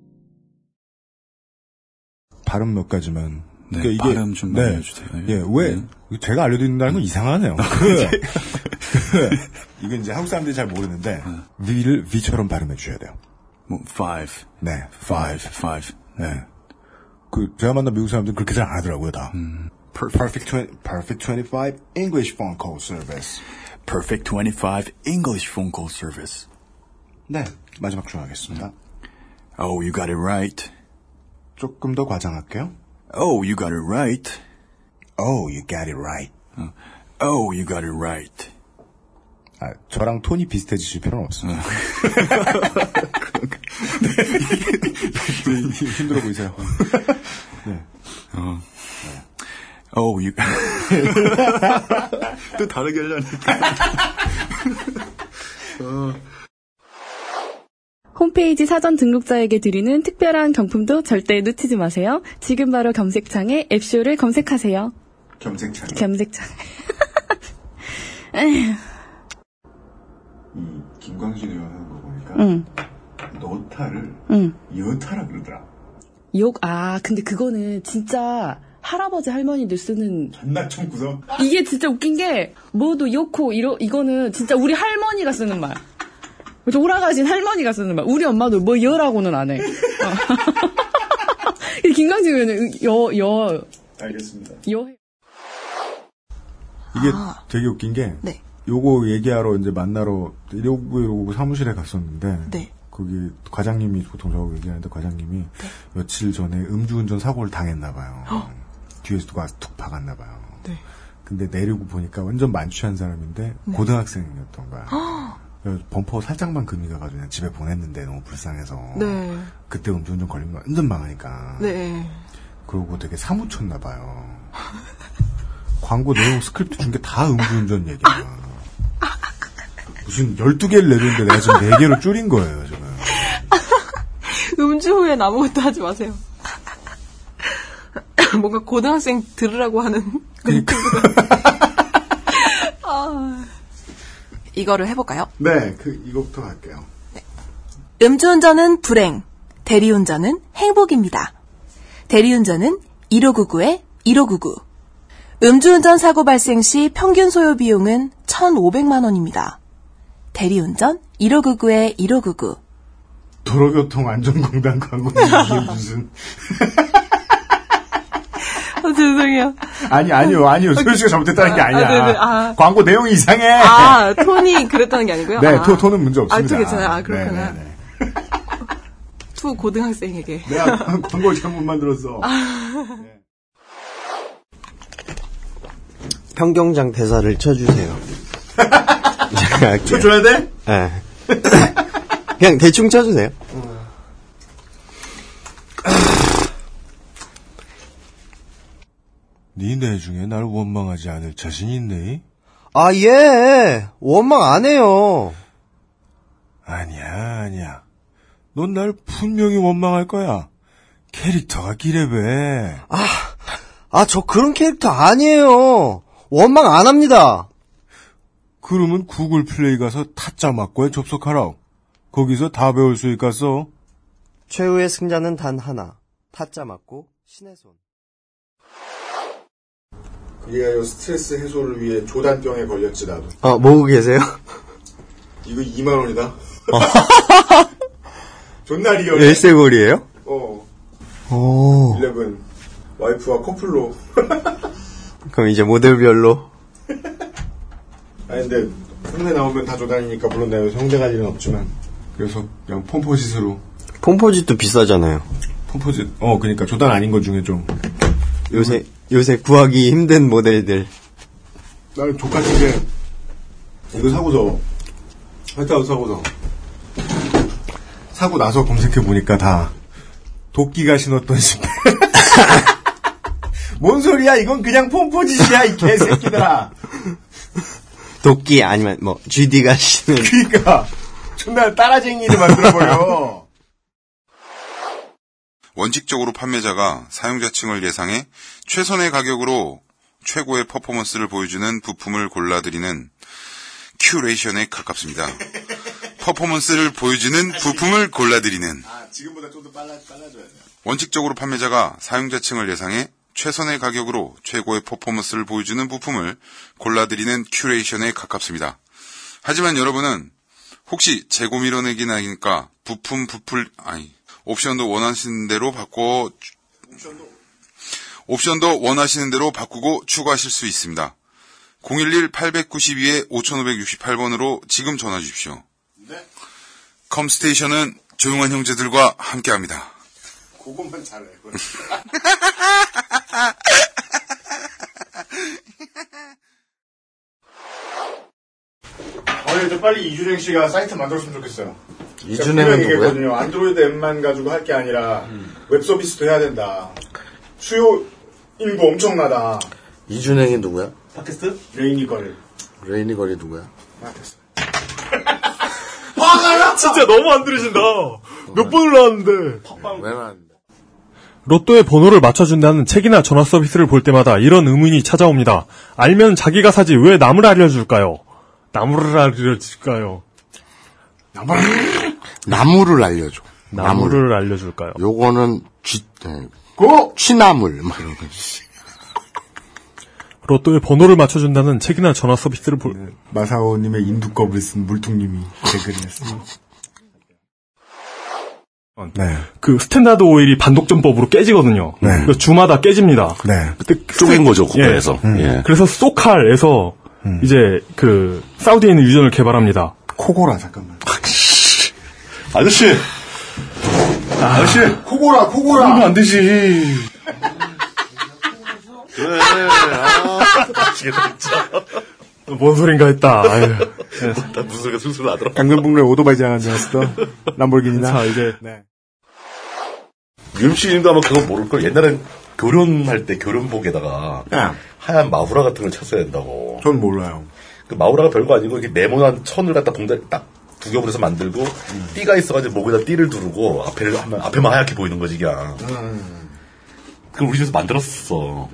Speaker 2: 발음 몇 가지만.
Speaker 20: 네,
Speaker 2: 그러니까
Speaker 20: 발음 좀 많이 해주세요. 아, 예.
Speaker 2: 예, 왜, 제가 알려드린다는 건 이상하네요. 그, 이건 이제 한국 사람들이 잘 모르는데, V를 V처럼 발음해 주셔야 돼요.
Speaker 20: 네. 뭐, five.
Speaker 2: 네,
Speaker 20: five. five.
Speaker 2: 네. 그, 제가 만난 미국 사람들은 그렇게 잘 안 하더라고요, 다.
Speaker 20: 음.
Speaker 2: Perfect, twen- perfect 25 English phone call service.
Speaker 20: Perfect 25 English phone call service.
Speaker 2: 네, 마지막 줄 하겠습니다.
Speaker 20: Oh, you got it right.
Speaker 2: 조금 더 과장할게요.
Speaker 20: Oh, you got it right.
Speaker 2: Oh, you got it right.
Speaker 20: Oh, you got it right.
Speaker 2: 아, 저랑 톤이 비슷해지실 필요는
Speaker 20: 어.
Speaker 2: 없습니다. 네, 힘들어 보이세요. 네.
Speaker 20: 어. Oh, you. 또 다르게 하려니까. 어.
Speaker 21: 홈페이지 사전 등록자에게 드리는 특별한 경품도 절대 놓치지 마세요. 지금 바로 검색창에 앱쇼를 검색하세요.
Speaker 2: 겸색창.
Speaker 21: 검색창.
Speaker 2: 김광진 의원 하는 거 보니까
Speaker 21: 응.
Speaker 2: 너타를
Speaker 21: 응.
Speaker 2: 여타라 그러더라.
Speaker 14: 욕, 아, 근데 그거는 진짜 할아버지 할머니들 쓰는.
Speaker 2: 존나 청구서.
Speaker 14: 이게 진짜 웃긴 게, 뭐도 욕고, 이러, 이거는 진짜 우리 할머니가 쓰는 말. 돌아가신 할머니가 쓰는 말. 우리 엄마도 뭐 여라고는 안 해. 어. 이 김광진 의원은 여, 여,
Speaker 2: 알겠습니다. 음.
Speaker 14: 여.
Speaker 2: 이게
Speaker 22: 아.
Speaker 2: 되게 웃긴 게
Speaker 22: 네.
Speaker 2: 요거 얘기하러 이제 만나러 159 159 사무실에 갔었는데
Speaker 9: 네.
Speaker 2: 거기 과장님이 보통 저하고 얘기하는데 과장님이
Speaker 22: 네.
Speaker 2: 며칠 전에 음주운전 사고를 당했나 봐요. 뒤에서 누가 툭 박았나 봐요. 근데 내리고 보니까 완전 만취한 사람인데
Speaker 22: 네.
Speaker 2: 고등학생이었던 거야. 그래서 범퍼 살짝만 금이가 가지고 그냥 집에 보냈는데 너무 불쌍해서
Speaker 22: 네.
Speaker 2: 그때 음주운전 걸리면 완전 망하니까
Speaker 22: 네.
Speaker 2: 그러고 되게 사무쳤나 봐요. 광고 내용 스크립트 준 게 다 음주운전 얘기야. 무슨 12개를 내줬는데 내가 지금 4개로 줄인 거예요, 지금.
Speaker 22: 음주 후엔 아무것도 하지 마세요. 뭔가 고등학생 들으라고 하는.
Speaker 9: 아. 이거를 해볼까요?
Speaker 2: 네, 그, 이거부터 갈게요.
Speaker 9: 음주운전은 불행, 대리운전은 행복입니다. 대리운전은 1599에 1599. 음주운전 사고 발생 시 평균 소요 비용은 1,500만 원입니다. 대리운전 1599에 1599.
Speaker 2: 도로교통 안전공단 광고 이게 무슨
Speaker 22: 아,
Speaker 9: 죄송해요.
Speaker 2: 아니 아니요 아니요 소유 씨가 잘못했다는 게 아니야.
Speaker 22: 아, 네네, 아.
Speaker 2: 광고 내용이 이상해.
Speaker 22: 아, 톤이 그랬다는 게 아니고요?
Speaker 2: 네,
Speaker 22: 아.
Speaker 2: 토, 톤은 문제 없습니다.
Speaker 22: 아, 톤 괜찮아요. 아, 그렇구나.
Speaker 2: 네, 네, 네.
Speaker 22: 투 고등학생에게.
Speaker 2: 내가 광고 잘못 만들었어.
Speaker 22: 아.
Speaker 5: 평경장 대사를 쳐주세요. 제가 할게요.
Speaker 2: 쳐줘야 돼?
Speaker 5: 예.
Speaker 2: 네.
Speaker 5: 그냥 대충 쳐주세요.
Speaker 2: 니네 중에 날 원망하지 않을 자신 있니?
Speaker 5: 아, 예. 원망 안 해요.
Speaker 2: 아니야 아니야. 넌 날 분명히 원망할 거야. 캐릭터가 기레베.
Speaker 5: 아, 아, 저 그런 캐릭터 아니에요. 원망 안 합니다.
Speaker 2: 그러면 구글 플레이 가서 타짜 막고에 접속하라. 거기서 다 배울 수 있겠어.
Speaker 5: 최후의 승자는 단 하나. 타짜 맞고 신의 손.
Speaker 2: 그리하여 스트레스 해소를 위해 조단병에 걸렸지 나도.
Speaker 5: 아, 모으고 계세요?
Speaker 2: 이거 2만 원이다. 존나 리얼.
Speaker 5: 일세골이에요?
Speaker 2: 어.
Speaker 5: 오.
Speaker 2: 11. 와이프와 커플로.
Speaker 5: 그럼 이제 모델별로.
Speaker 2: 아니 근데 홍대 나오면 다 조단이니까 물론 내가 요새 홍대 갈 일은 없지만 그래서 그냥 폼포짓으로
Speaker 5: 폼포짓도 비싸잖아요.
Speaker 2: 폼포짓. 어 그러니까 조단 아닌 것 중에 좀
Speaker 5: 요새, 요새 구하기 힘든 모델들.
Speaker 2: 나는 족같은 게 이거 사고서 했다고 사고서 사고 나서 검색해 보니까 다 도끼가 신었던 신발. 뭔 소리야? 이건 그냥 폼포짓이야 이 개새끼들아.
Speaker 5: 도끼 아니면 뭐, GD가 신은.
Speaker 2: 그러니까 존나 따라쟁이를 만들어 버려.
Speaker 20: 원칙적으로 판매자가 사용자층을 예상해 최선의 가격으로 최고의 퍼포먼스를 보여주는 부품을 골라드리는 큐레이션에 가깝습니다. 퍼포먼스를 보여주는 부품을 골라드리는
Speaker 2: 아, 지금보다 좀 더 빨라 빨라져야 돼.
Speaker 20: 원칙적으로 판매자가 사용자층을 예상해 최선의 가격으로 최고의 퍼포먼스를 보여주는 부품을 골라드리는 큐레이션에 가깝습니다. 하지만 여러분은 혹시 재고 밀어내기 나니까 부품 부풀 아니 옵션도 원하시는 대로 바꿔 주- 옵션도 원하시는 대로 바꾸고 추가하실 수 있습니다. 011-892-5568번으로 지금 전화 주십시오. 컴스테이션은 조용한 형제들과 함께합니다.
Speaker 2: 그것만 잘해. 그건. 아니, 저 빨리 어, 이준영 씨가 사이트 만들었으면 좋겠어요.
Speaker 5: 이준행은
Speaker 2: 분명히 얘기했거든요. 안드로이드 앱만 가지고 할 게 아니라
Speaker 13: 음.
Speaker 2: 웹 서비스도 해야 된다. 수요 인구 엄청나다.
Speaker 5: 이준행이 누구야?
Speaker 2: 팟캐스트? 레인이 거를.
Speaker 5: 레이니 걸이 누구야?
Speaker 2: 아, 됐어.
Speaker 13: 화가 나! 진짜 너무 안 들으신다.
Speaker 2: 어.
Speaker 13: 몇 번을 나왔는데.
Speaker 23: 로또의 번호를 맞춰준다는 책이나 전화 서비스를 볼 때마다 이런 의문이 찾아옵니다. 알면 자기가 사지 왜 남을 알려줄까요? 남을 알려줄까요?
Speaker 2: 뭐.
Speaker 3: 나무를 알려줘.
Speaker 23: 나무를 알려줄까요?
Speaker 3: 요거는 쥐, 네. 고! 취나물. 막 이런 거.
Speaker 23: 로또의 번호를 맞춰준다는 책이나 전화 서비스를 볼
Speaker 2: 네. 마사오님의 인두껍을 쓴 물통님이 댓글을 냈습니다.
Speaker 12: 네.
Speaker 23: 그 스탠다드 오일이 반독점법으로 깨지거든요.
Speaker 2: 네.
Speaker 23: 그래서 주마다 깨집니다. 그때
Speaker 12: 쪼갠 거죠,
Speaker 23: 예.
Speaker 12: 국가에서.
Speaker 5: 음.
Speaker 13: 음.
Speaker 12: 예.
Speaker 23: 그래서 소칼에서 이제 그 사우디에 있는 유전을 개발합니다.
Speaker 2: 음. 코고라 잠깐만. 예.
Speaker 12: 아저씨! 아저씨!
Speaker 2: 코고라, 코고라!
Speaker 12: 그러면 안 되지. 왜? 아, 미치겠다, 네, 진짜.
Speaker 13: 뭔 소린가 했다. 아유.
Speaker 12: 나 무슨 소리가 술술 나더라.
Speaker 2: 강변북로에 오토바이 지나간 줄 알았어. 람보르기니나.
Speaker 13: 자, 이제.
Speaker 12: 유임씨님도 아마 그거 모를걸. 옛날엔 교련할 때 교련복에다가 하얀 마후라 같은 걸 찾아야 된다고.
Speaker 2: 예. 전 몰라요.
Speaker 12: 그 마후라가 별거 아니고 이렇게 네모난 천을 갖다 봉다리 딱 구겨을 해서 만들고 띠가 있어가지고 목에다 띠를 두르고 앞에를 하면 앞에만 하얗게 보이는 거지 그냥.
Speaker 2: 아.
Speaker 12: 그걸 우리 집에서 만들었어.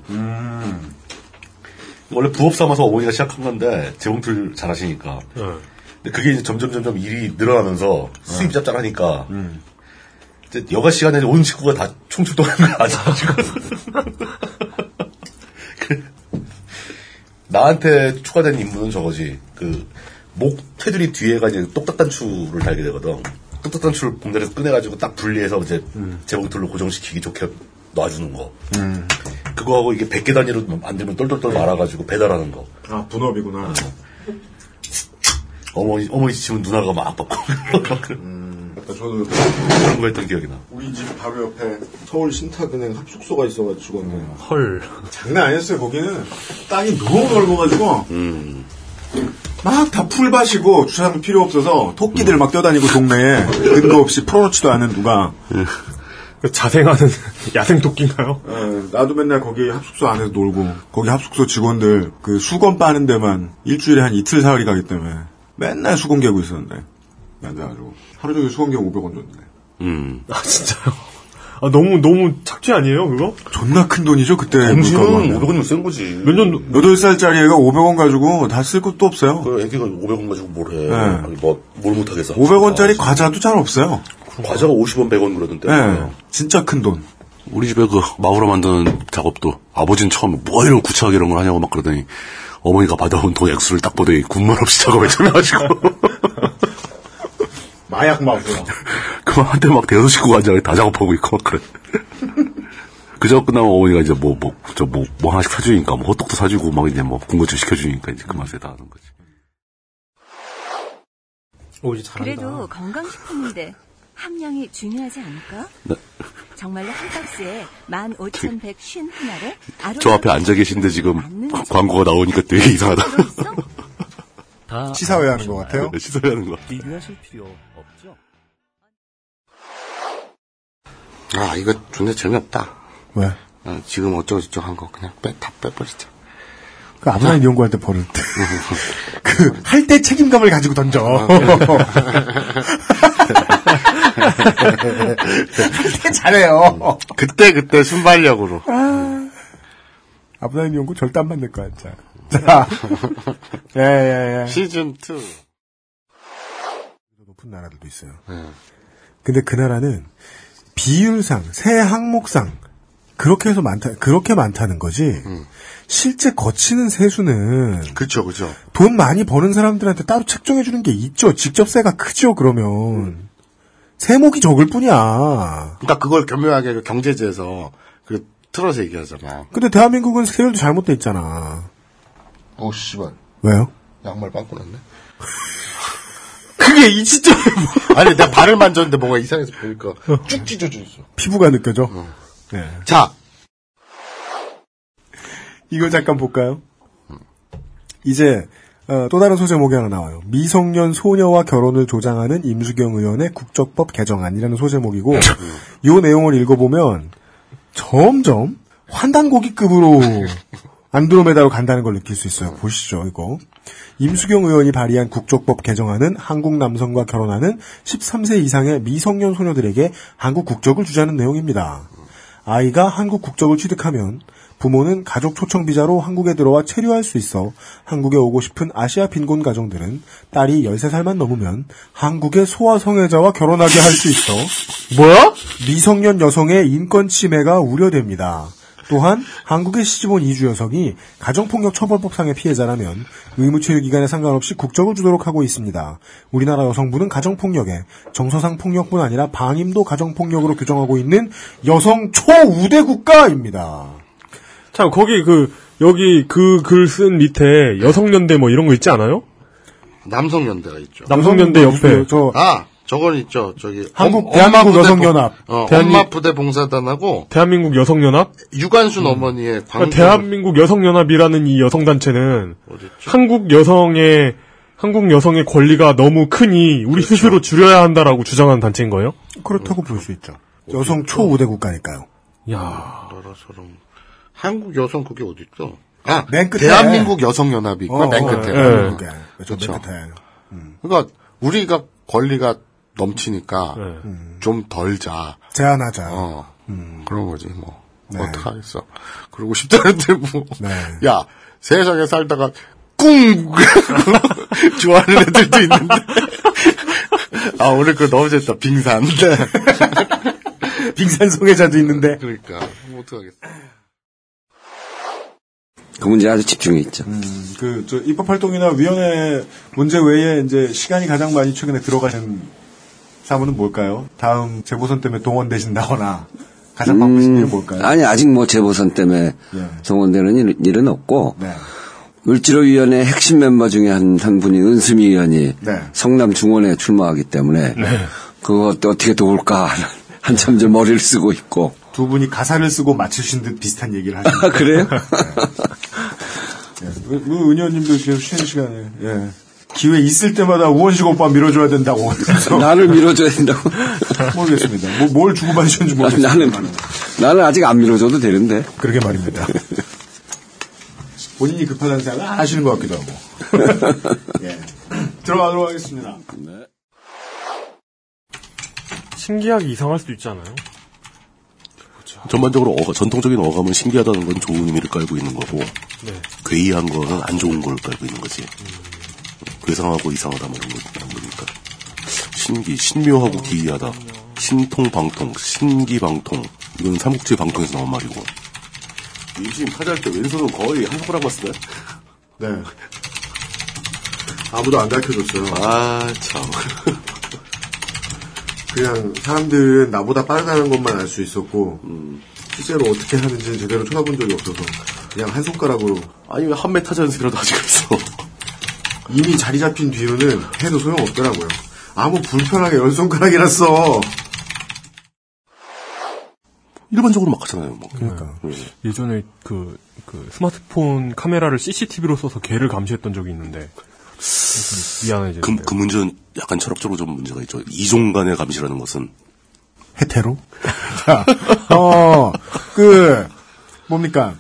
Speaker 12: 원래 부업 삼아서 어머니가 시작한 건데 재봉틀 잘하시니까.
Speaker 23: 어.
Speaker 12: 근데 그게 이제 점점 점점 일이 늘어나면서 수입 짭짤하니까
Speaker 2: 음.
Speaker 12: 이제 여가 시간에 온 식구가 다 총출동한 거 아니야? 나한테 추가된 임무는 저거지. 그, 목 테두리 뒤에가 이제 똑딱단추를 달게 되거든. 똑딱단추를 봉다리에서 꺼내가지고 딱 분리해서 이제 제목들로 고정시키기 좋게 놔주는 거. 그거하고 이게 100개 단위로 만들면 똘똘똘 말아가지고 배달하는 거. 어.
Speaker 2: 아, 분업이구나.
Speaker 12: 어머니, 어머니 지치면 누나가 막 아팠고.
Speaker 2: 음, 그러니까 저도
Speaker 12: 그런 거 했던 기억이 나.
Speaker 2: 우리 집 바로 옆에 서울 신탁은행 합숙소가 있어가지고 죽었네요.
Speaker 13: 헐.
Speaker 2: 장난 아니었어요, 거기는. 땅이 너무 넓어가지고.
Speaker 12: 음.
Speaker 2: 막 다 풀밭이고 주차장 필요 없어서 토끼들 막 뛰어다니고 동네에 근거 없이 풀어놓지도 않은 누가
Speaker 12: 음.
Speaker 23: 그
Speaker 13: 자생하는 야생 토끼인가요?
Speaker 2: 어, 나도 맨날 거기 합숙소 안에서 놀고 거기 합숙소 직원들 그 수건 빠는 데만 일주일에 한 이틀 사흘이 가기 때문에 맨날 수건 개고 있었는데 앉아가지고 하루 종일 수건 개고 500원 줬는데
Speaker 12: 음.
Speaker 13: 아, 진짜요? 아, 너무, 너무 착취 아니에요, 그거?
Speaker 2: 존나 큰 돈이죠 그때
Speaker 12: 당신은 500원이면 쓴 거지.
Speaker 2: 몇년 8살짜리 애가 500원 가지고 다 쓸 것도 없어요
Speaker 12: 그 애기가 500원 가지고 뭘 해.
Speaker 2: 네.
Speaker 12: 아니, 뭐, 뭘 못하겠어.
Speaker 2: 500원짜리 과자도 잘 없어요
Speaker 12: 과자가 50원, 100원 그러던데.
Speaker 2: 네. 진짜 큰 돈.
Speaker 12: 우리 집에 그 마우라 만드는 작업도 아버지는 처음에 뭐 이런 구차하게 이런 걸 하냐고 막 그러더니 어머니가 받아온 돈 액수를 딱 보더니 군말 없이 작업에 쳐나가지고
Speaker 2: 마약 마구나
Speaker 12: 그만 한테 막 대여섯 식구 앉아 다 작업하고 있고 막 그래. 그 작업 끝나면 어머니가 이제 뭐, 뭐, 저 뭐, 뭐 하나씩 사주니까 뭐 호떡도 사주고 막 이제 뭐 군것질 시켜주니까 이제 그 맛에 다 하는 거지.
Speaker 13: 오, 이제
Speaker 4: 그래도 건강식품인데 함량이 중요하지 않을까?
Speaker 12: 네.
Speaker 4: 정말로 한 박스에 15,151알에 아로마
Speaker 12: 저 앞에 앉아 계신데 지금 광고가 나오니까 되게 이상하다.
Speaker 2: 시사회 하는 것 같아요.
Speaker 12: 네, 시사회 하는 것 같아.
Speaker 3: 비교하실 필요 없죠? 아, 이거 존나 재미없다.
Speaker 2: 왜?
Speaker 3: 아, 지금 어쩌고저쩌고 한 거 그냥 빼, 다 빼버리자.
Speaker 2: 그 아브라함 연구할 때 버릇 그 할 때 책임감을 가지고 던져
Speaker 3: 어. 네,
Speaker 2: 할때 잘해요
Speaker 3: 그때 그때 순발력으로.
Speaker 2: 아브라함 연구 절대 안 만들 거야 진짜 자 예예예
Speaker 3: 시즌 2.
Speaker 2: 높은 나라들도 있어요.
Speaker 3: 네.
Speaker 2: 근데 그 나라는 비율상, 세 항목상 그렇게 해서 많다 그렇게 많다는 거지. 실제 거치는 세수는
Speaker 3: 음. 그렇죠, 그렇죠.
Speaker 2: 돈 많이 버는 사람들한테 따로 책정해 주는 게 있죠. 직접세가 크죠. 그러면
Speaker 3: 음.
Speaker 2: 세목이 적을 뿐이야.
Speaker 3: 그러니까 그걸 교묘하게 그 경제지에서 그 틀어서 얘기하잖아.
Speaker 2: 근데 대한민국은 세율도 잘못돼 있잖아.
Speaker 3: 어, 씨발.
Speaker 2: 왜요?
Speaker 3: 양말 빵꾸 났네. 그게 이 뭐- 진짜 아니 내가 발을 만졌는데 뭔가 이상해서 보니까 쭉 찢어져 있어.
Speaker 2: 피부가 느껴져. 네.
Speaker 3: 음. 자,
Speaker 2: 이걸 잠깐 볼까요? 이제 어, 또 다른 소제목이 하나 나와요. 미성년 소녀와 결혼을 조장하는 임수경 의원의 국적법 개정안이라는 소제목이고 이 내용을 읽어보면 점점 환단고기급으로 안드로메다로 간다는 걸 느낄 수 있어요. 보시죠, 이거. 임수경 의원이 발의한 국적법 개정안은 한국 남성과 결혼하는 13세 이상의 미성년 소녀들에게 한국 국적을 주자는 내용입니다. 아이가 한국 국적을 취득하면 부모는 가족 초청 비자로 한국에 들어와 체류할 수 있어 한국에 오고 싶은 아시아 빈곤 가정들은 딸이 13살만 넘으면 한국의 소아 성애자와 결혼하게 할 수 있어
Speaker 3: 뭐야?
Speaker 2: 미성년 여성의 인권 침해가 우려됩니다. 또한 한국에 시집온 이주 여성이 가정폭력 처벌법상의 피해자라면 의무체류 기간에 상관없이 국적을 주도록 하고 있습니다. 우리나라 여성부는 가정폭력에 정서상 폭력뿐 아니라 방임도 가정폭력으로 규정하고 있는 여성 초우대 국가입니다.
Speaker 13: 참, 거기 그, 여기 그 글 쓴 밑에 여성연대 뭐 이런 거 있지 않아요?
Speaker 3: 남성연대가 있죠.
Speaker 13: 남성연대 옆에.
Speaker 2: 음, 저
Speaker 3: 아, 저건 있죠. 저기
Speaker 13: 한국
Speaker 3: 엄-
Speaker 13: 대한민국
Speaker 3: 엄마 부대
Speaker 13: 여성연합.
Speaker 3: 봉- 어,
Speaker 13: 대한민-
Speaker 3: 엄마 부대 봉사단하고
Speaker 13: 대한민국 여성연합?
Speaker 3: 유관순 어머니의
Speaker 13: 그러니까
Speaker 3: 광
Speaker 13: 대한민국 여성연합이라는 이 여성단체는 한국 여성의 한국 여성의 권리가 너무 크니
Speaker 3: 그렇죠.
Speaker 13: 우리 스스로 줄여야 한다라고 주장하는 단체인 거예요?
Speaker 2: 그렇다고 볼 수 있죠. 여성 초우대 국가니까요.
Speaker 13: 야.
Speaker 3: 아, 나라처럼 한국 여성 그게 어디 있어? 아,
Speaker 2: 맨 끝에.
Speaker 3: 대한민국 여성 연합이 있고
Speaker 2: 어,
Speaker 3: 맨
Speaker 2: 어, 예,
Speaker 3: 끝에.
Speaker 2: 예. 그러니까, 저맨
Speaker 3: 그렇죠.
Speaker 2: 끝에. 음.
Speaker 3: 그러니까 우리가 권리가 넘치니까
Speaker 13: 예.
Speaker 3: 좀 덜자.
Speaker 2: 음. 제한하자. 음.
Speaker 3: 어. 그런 거지 뭐.
Speaker 2: 네.
Speaker 3: 어떡하겠어. 그러고 싶다는데 뭐.
Speaker 2: 네.
Speaker 3: 야, 세상에 살다가 꿍! 좋아하는 애들도 있는데. 아, 오늘 그거 너무 재밌다. 빙산.
Speaker 13: 네.
Speaker 2: 빙산 소개자도 있는데.
Speaker 3: 그러니까. 뭐 어떡하겠어.
Speaker 17: 그 문제 아주 집중해 있죠.
Speaker 2: 그, 저, 입법활동이나 위원회 문제 외에 이제 시간이 가장 많이 최근에 들어가는 사무는 뭘까요? 다음 재보선 때문에 동원되신다거나 가장 바쁘신 게 뭘까요? 예.
Speaker 17: 아니 아직 뭐 재보선 때문에 동원되는 일, 일은 없고
Speaker 14: 네.
Speaker 17: 을지로위원회 핵심 멤버 중에 한, 한 분이 은수미 의원이
Speaker 2: 네.
Speaker 17: 성남 중원에 출마하기 때문에 그거 어떻게 도울까 한참 좀 머리를 쓰고 있고
Speaker 2: 두 분이 가사를 쓰고 맞추신 듯 비슷한 얘기를 하시는
Speaker 17: 아, 그래요?
Speaker 2: 은- 그 은 의원님도 지금 쉬는 시간에 예. 기회 있을 때마다 우원식 오빠 밀어줘야 된다고 그래서
Speaker 17: 나를 밀어줘야 된다고
Speaker 2: 모르겠습니다. 뭐, 뭘 주고받으셨는지 모르겠습니다.
Speaker 17: 나는 나는 아직 안 밀어줘도 되는데
Speaker 2: 그러게 말입니다. 본인이 급하다는 생각을 안 하시는 것 같기도 하고. 예. 들어가도록 하겠습니다.
Speaker 15: 네.
Speaker 13: 신기하게 이상할 수도 있잖아요.
Speaker 15: 전반적으로 어가- 전통적인 어감은 신기하다는 건 좋은 의미를 깔고 있는 거고
Speaker 13: 네.
Speaker 15: 그 괴이한 거는 안 좋은 걸 깔고 있는 거지. 괴상하고 이상하다 뭐 이런 거- 이런 거니까. 신기, 어, 신묘하고 기이하다. 신통방통, 신기방통. 이건 삼국지 방통에서 나온 말이고. 민심 타자할 때 왼손은 거의 한국어라고 쓰네.
Speaker 2: 네.
Speaker 15: 아무도 안 가르쳐줬어요. 아, 참.
Speaker 3: 그냥 사람들은 나보다 빠르다는 것만 알 수 있었고
Speaker 15: 음.
Speaker 3: 실제로 어떻게 하는지는 제대로 쳐다본 적이 없어서 그냥 한 손가락으로
Speaker 15: 아니 왜 한메 타자 연습이라도 아직 없어
Speaker 3: 이미 자리 잡힌 뒤로는 해도 소용없더라고요 아무 불편하게 열 손가락이라서
Speaker 15: 일반적으로 막 하잖아요. 뭐.
Speaker 13: 그러니까. 예전에 그, 그 스마트폰 카메라를 CCTV로 써서 개를 감시했던 적이 있는데 미안해.
Speaker 15: 그, 그 문제는 약간 철학적으로 좀 문제가 있죠. 이종 간의 감시라는 것은
Speaker 2: 해태로? 자, 어, 그, 뭡니까?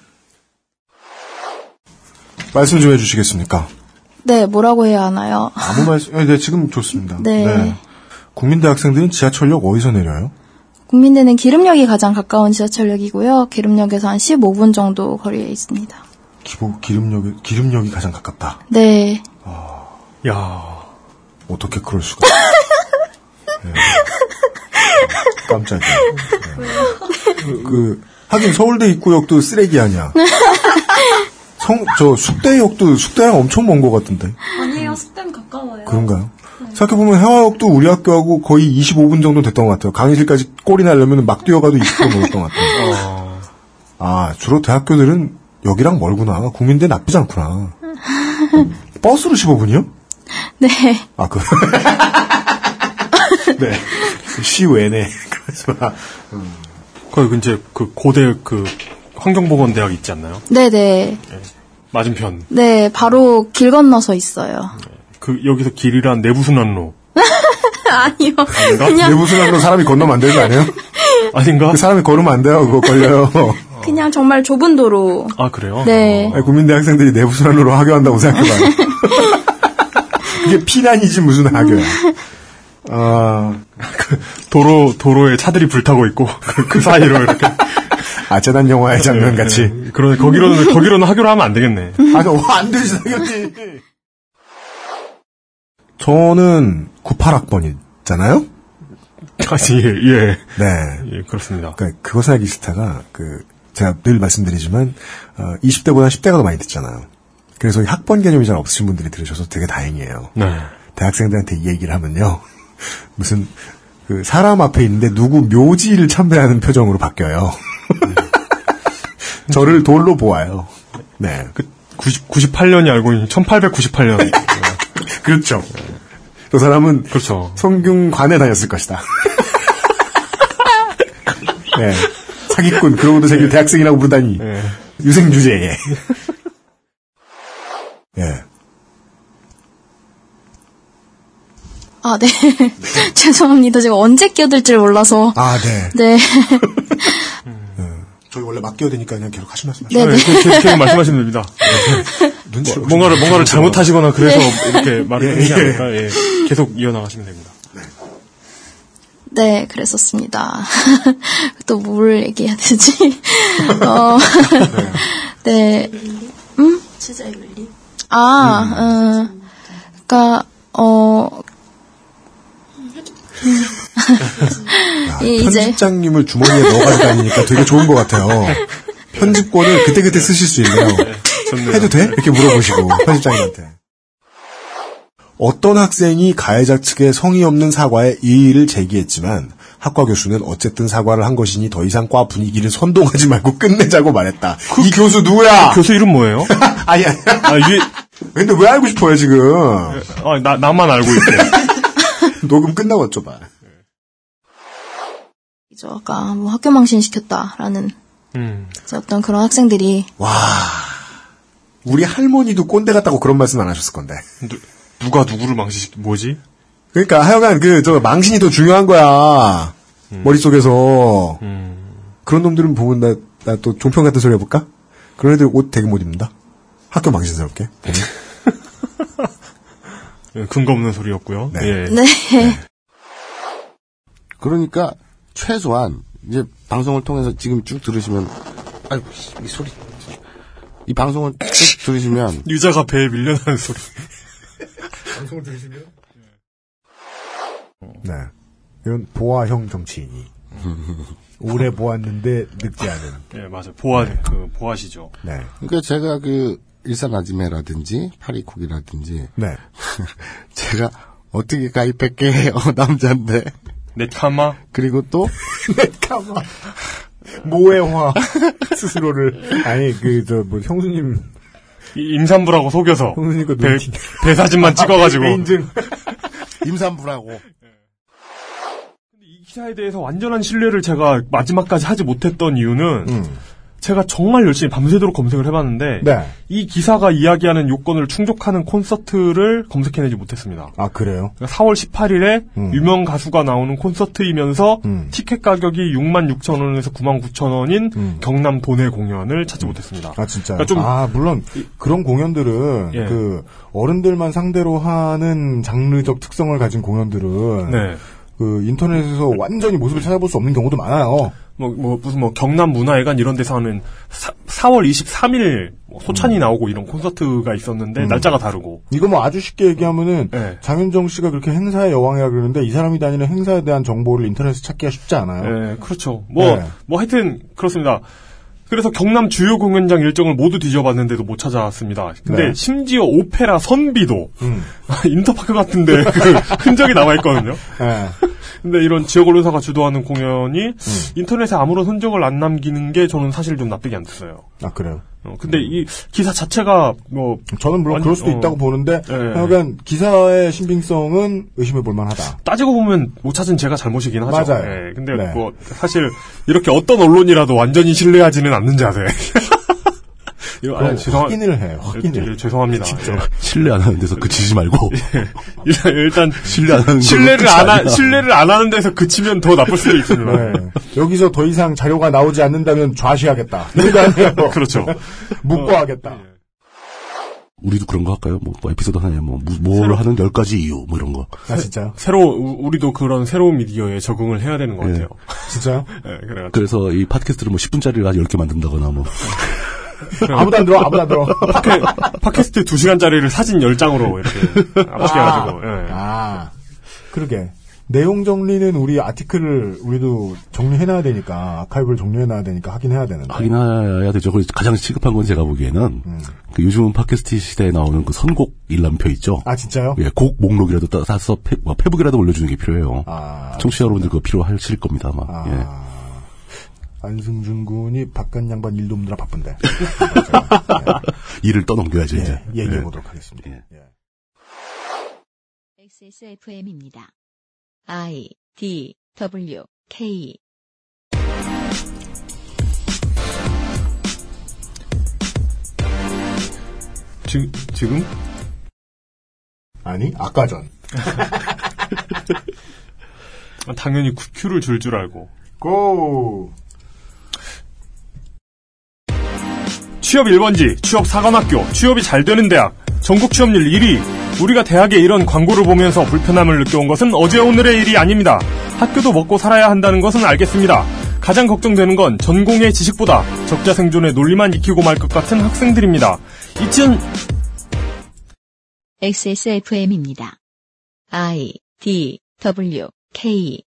Speaker 2: 말씀 좀 해주시겠습니까?
Speaker 16: 네, 뭐라고 해야 하나요?
Speaker 2: 아무 말씀, 예, 네, 지금 좋습니다.
Speaker 16: 네.
Speaker 2: 국민대학생들은 지하철역 어디서 내려요?
Speaker 16: 국민대는 기름역이 가장 가까운 지하철역이고요. 기름역에서 한 15분 정도 거리에 있습니다.
Speaker 2: 기보, 기름역이, 기름역이 가장 가깝다.
Speaker 16: 네.
Speaker 13: 야
Speaker 2: 어떻게 그럴 수가. 네. 깜짝이야. 네. 그, 하긴 서울대 입구역도 쓰레기 아니야. 성, 저 숙대역도 숙대랑 엄청 먼 것 같은데.
Speaker 22: 아니에요, 숙담 가까워요.
Speaker 2: 그런가요? 생각해보면 해화역도 우리 학교하고 거의 25분 정도 됐던 것 같아요. 강의실까지 꼴이 나려면 막 뛰어가도 20분 걸렸던 것 같아요.
Speaker 13: 어.
Speaker 2: 아, 주로 대학교들은 여기랑 멀구나. 국민대 나쁘지 않구나. 버스로 15분이요?
Speaker 16: 네.
Speaker 2: 아, 그. 네. 시외네. 음. 그러지 마.
Speaker 13: 그 이제 그 고대 그 환경보건대학 있지 않나요?
Speaker 16: 네네.
Speaker 13: 맞은편.
Speaker 16: 네, 바로 길 건너서 있어요.
Speaker 13: 그 여기서 길이란 내부순환로.
Speaker 16: 아니요.
Speaker 13: 아닌가?
Speaker 16: 그냥,
Speaker 2: 내부순환로 사람이 건너면 안 되는 거 아니에요?
Speaker 13: 아닌가?
Speaker 2: 그 사람이 걸으면 안 돼요. 그거 걸려요.
Speaker 16: 그냥 정말 좁은 도로.
Speaker 13: 아, 그래요?
Speaker 16: 네.
Speaker 2: 아니, 국민대 학생들이 내부순환로로 학교한다고 생각해봐요. 이게 피난이지 무슨 학교야. 아,
Speaker 13: 도로 도로에 차들이 불타고 있고 그, 그 사이로 이렇게.
Speaker 2: 아 재단 영화의 장면 같이.
Speaker 13: 네, 그러네. 거기로는 거기로는 학교로 하면 안 되겠네.
Speaker 2: 아, 그, 와, 안 되지, 당연히. 저는 98학번이잖아요?
Speaker 13: 다시 예, 예.
Speaker 2: 네.
Speaker 13: 예, 그렇습니다.
Speaker 2: 그러니까 그것은 알기 싫다가 그 제가 늘 말씀드리지만 어, 20대보다 10대가 더 많이 듣잖아요. 그래서 이 학번 개념이 잘 없으신 분들이 들으셔서 되게 다행이에요.
Speaker 13: 네.
Speaker 2: 대학생들한테 이 얘기를 하면요. 무슨 그 사람 앞에 있는데 누구 묘지를 참배하는 표정으로 바뀌어요. 저를 돌로 보아요. 네.
Speaker 13: 그 90, 98년이 알고 있는 1898년.
Speaker 2: 그렇죠.
Speaker 3: 저 사람은
Speaker 13: 그렇죠.
Speaker 3: 성균관에 다녔을 것이다. 네. 사기꾼. 그러고도 자기를
Speaker 13: 네.
Speaker 3: 대학생이라고 부르다니. 유생주제에.
Speaker 2: 네.
Speaker 3: 예.
Speaker 16: 아, 네. 죄송합니다. 제가 언제 끼어들지 몰라서.
Speaker 2: 아, 네.
Speaker 16: 네.
Speaker 2: 저희 원래 맡겨야 되니까 그냥 계속 하시면 하시면.
Speaker 16: 네, 네.
Speaker 13: 네, 계속, 계속 말씀하시면 됩니다.
Speaker 2: 눈치
Speaker 13: 뭐- 뭔가를 뭔가를 잘못하시거나 그래서
Speaker 16: 네.
Speaker 13: 이렇게 말을
Speaker 2: 예,
Speaker 13: 하지
Speaker 2: 예.
Speaker 13: 않을까. 예. 계속 이어나가시면 됩니다.
Speaker 16: 네, 그랬었습니다. 또 뭘 얘기해야 되지? 어, 네. 음?
Speaker 10: 치자의 논리?
Speaker 16: 아, 음. 그니까, 어,
Speaker 2: 아,
Speaker 16: 예, 이제.
Speaker 2: 편집장님을 주머니에 넣어가지고 다니니까 되게 좋은 것 같아요. 편집권을 그때그때 쓰실 수 있네요. 해도 돼? 이렇게 물어보시고, 편집장님한테. 어떤 학생이 가해자 측의 성의 없는 사과에 이의를 제기했지만, 학과 교수는 어쨌든 사과를 한 것이니 더 이상 과 분위기를 선동하지 말고 끝내자고 말했다. 이 교수 누구야?
Speaker 13: 그 교수 이름 뭐예요?
Speaker 2: 아니, 아니. 근데 왜 알고 싶어요, 지금?
Speaker 13: 아, 나, 나만 알고 있대.
Speaker 2: 녹음 끝나고 어쩌봐.
Speaker 16: 이제 아까 뭐 학교 망신시켰다라는
Speaker 13: 음.
Speaker 16: 이제 어떤 그런 학생들이
Speaker 2: 와. 우리 할머니도 꼰대 같다고 그런 말씀 안 하셨을 건데.
Speaker 13: 누가 누구를 망치시, 뭐지?
Speaker 2: 그러니까 하여간 그 저 망신이 더 중요한 거야.
Speaker 13: 음.
Speaker 2: 머릿속에서 그런 놈들은 보면 나 나 또 종편 같은 소리 해볼까? 그런 애들 옷 되게 못 입는다. 학교 망신스럽게.
Speaker 13: 네. 예, 근거 없는 소리였고요. 예.
Speaker 16: 네.
Speaker 3: 그러니까 최소한 이제 방송을 통해서 지금 쭉 들으시면 아이고 이 소리 이 방송을 쭉 들으시면
Speaker 13: 유자가 배에 밀려나는 소리. 방송을 들으시면?
Speaker 2: 네. 이건 보아형 정치인이 오래 보았는데 늙지 않은.
Speaker 13: 예, 맞아요. 보아, 그, 보아시죠.
Speaker 2: 네.
Speaker 3: 그러니까 제가 그 일산 아지매라든지 파리콕이라든지
Speaker 2: 네.
Speaker 3: 제가 어떻게 가입했게 해요 남자인데
Speaker 13: 넷카마
Speaker 3: 그리고 또
Speaker 2: 가만. 모해화 스스로를 아니 그 저 뭐 형수님
Speaker 13: 이- 임산부라고 속여서
Speaker 2: 형수님 거
Speaker 13: 배,
Speaker 2: 눈치-
Speaker 13: 배 사진만 찍어가지고
Speaker 2: 인증
Speaker 3: 임산부라고
Speaker 13: 이 기사에 대해서 완전한 신뢰를 제가 마지막까지 하지 못했던 이유는 제가 정말 열심히 밤새도록 검색을 해봤는데
Speaker 2: 음. 네.
Speaker 13: 이 기사가 이야기하는 요건을 충족하는 콘서트를 검색해내지 못했습니다.
Speaker 2: 아 그래요?
Speaker 13: 그러니까 4월 18일에
Speaker 2: 음.
Speaker 13: 유명 가수가 나오는 콘서트이면서 티켓 가격이 6만 6천 원에서 9만 9천 원인 경남 도내 공연을 찾지 못했습니다.
Speaker 2: 음. 아 진짜.
Speaker 13: 그러니까 좀-
Speaker 2: 아 물론 그런 공연들은
Speaker 13: 예.
Speaker 2: 그 어른들만 상대로 하는 장르적 특성을 가진 공연들은
Speaker 13: 네.
Speaker 2: 그 인터넷에서 완전히 모습을 찾아볼 수 없는 경우도 많아요.
Speaker 13: 뭐, 뭐, 무슨 뭐, 경남 문화회관 이런 데서 하는 사, 4월 23일 뭐 소찬이 나오고 이런 콘서트가 있었는데,
Speaker 2: 음.
Speaker 13: 날짜가 다르고. 예.
Speaker 2: 이거 뭐 아주 쉽게 얘기하면은 장윤정 씨가 그렇게 행사의 여왕이라 그러는데 이 사람이 다니는 행사에 대한 정보를 인터넷에서 찾기가 쉽지 않아요.
Speaker 13: 네, 그렇죠. 뭐,
Speaker 2: 네.
Speaker 13: 뭐, 하여튼, 그렇습니다. 그래서 경남 주요 공연장 일정을 모두 뒤져봤는데도 못 찾아왔습니다. 근데
Speaker 2: 네.
Speaker 13: 심지어 오페라 선비도
Speaker 2: 음.
Speaker 13: 인터파크 같은데 그 흔적이 남아있거든요.
Speaker 2: 네.
Speaker 13: 근데 이런 지역 언론사가 주도하는 공연이
Speaker 2: 음.
Speaker 13: 인터넷에 아무런 흔적을 안 남기는 게 저는 사실 좀 납득이 안 됐어요.
Speaker 2: 아 그래요.
Speaker 13: 어, 근데 이 기사 자체가 뭐
Speaker 2: 저는 물론
Speaker 13: 아니,
Speaker 2: 그럴 수도
Speaker 13: 어,
Speaker 2: 있다고 보는데
Speaker 13: 예.
Speaker 2: 하여간 기사의 신빙성은 의심해 볼 만하다.
Speaker 13: 따지고 보면 못 찾은 제가 잘못이긴 하죠.
Speaker 2: 맞아요.
Speaker 13: 예, 근데
Speaker 2: 네.
Speaker 13: 뭐 사실 이렇게 어떤 언론이라도 완전히 신뢰하지는 않는 자세. 이거
Speaker 2: 그럼
Speaker 13: 아니, 죄송하-
Speaker 2: 확인을 해, 확인을.
Speaker 13: 예, 예, 죄송합니다. 예.
Speaker 15: 신뢰 안 하는 데서 그치지 말고.
Speaker 13: 일단, 일단
Speaker 15: 신뢰 안 하는
Speaker 13: 신뢰를
Speaker 15: 걸로 끝이
Speaker 13: 안 하,
Speaker 15: 아니라.
Speaker 13: 신뢰를 안 하는 데서 그치면 더 나쁠 수도 있습니다.
Speaker 2: 네. 여기서 더 이상 자료가 나오지 않는다면 좌시하겠다.
Speaker 13: 네. 그렇죠.
Speaker 2: 묵고하겠다.
Speaker 15: 우리도 그런 거 할까요? 뭐, 뭐 에피소드 하나에 뭐, 무- 뭘 하는 열 가지 이유, 뭐 이런 거.
Speaker 2: 아 진짜요?
Speaker 13: 새로 우- 우리도 그런 새로운 미디어에 적응을 해야 되는 것
Speaker 2: 네.
Speaker 13: 같아요.
Speaker 2: 진짜요?
Speaker 13: 예, 그래가지고
Speaker 15: 예. 그래서 이 팟캐스트를 뭐 10분짜리를 한 10개 만든다거나 뭐.
Speaker 2: 아무도 안 들어, 아무도 안 들어.
Speaker 13: 팟캐스트 2시간짜리를 사진 10장으로 이렇게 맞게 해가지고. 예.
Speaker 2: 아, 그러게. 내용 정리는 우리 아티클을 우리도 정리해놔야 되니까 아카이브를 정리해놔야 되니까 하긴 해야 되는데.
Speaker 15: 확인해야 되죠. 그리고 가장 시급한 건 제가 보기에는
Speaker 2: 음.
Speaker 15: 그 요즘은 팟캐스트 시대에 나오는 그 선곡 일람표 있죠.
Speaker 2: 아 진짜요?
Speaker 15: 예, 곡 목록이라도 따- 따서 페, 뭐, 페북이라도 올려주는 게 필요해요.
Speaker 2: 아.
Speaker 15: 청취자 여러분들 그거 필요하실 겁니다, 아마. 예.
Speaker 2: 안승준 군이 바깥 양반 일도 없느라 바쁜데 예,
Speaker 15: 일을 떠넘겨야죠, 이제. 예.
Speaker 2: 얘기해 보도록 하겠습니다.
Speaker 1: XSFM입니다. I D W K
Speaker 2: 지금, 지금? 아니, 아까 전.
Speaker 13: 아, 당연히 큐를 줄 줄 알고.
Speaker 2: 고!
Speaker 13: 취업 1번지, 취업 사관학교, 취업이 잘 되는 대학, 전국 취업률 1위. 우리가 대학에 이런 광고를 보면서 불편함을 느껴온 것은 어제 오늘의 일이 아닙니다. 학교도 먹고 살아야 한다는 것은 알겠습니다. 가장 걱정되는 건 전공의 지식보다 적자 생존의 논리만 익히고 말 것 같은 학생들입니다. 이쯤
Speaker 1: XSFM입니다. I D W K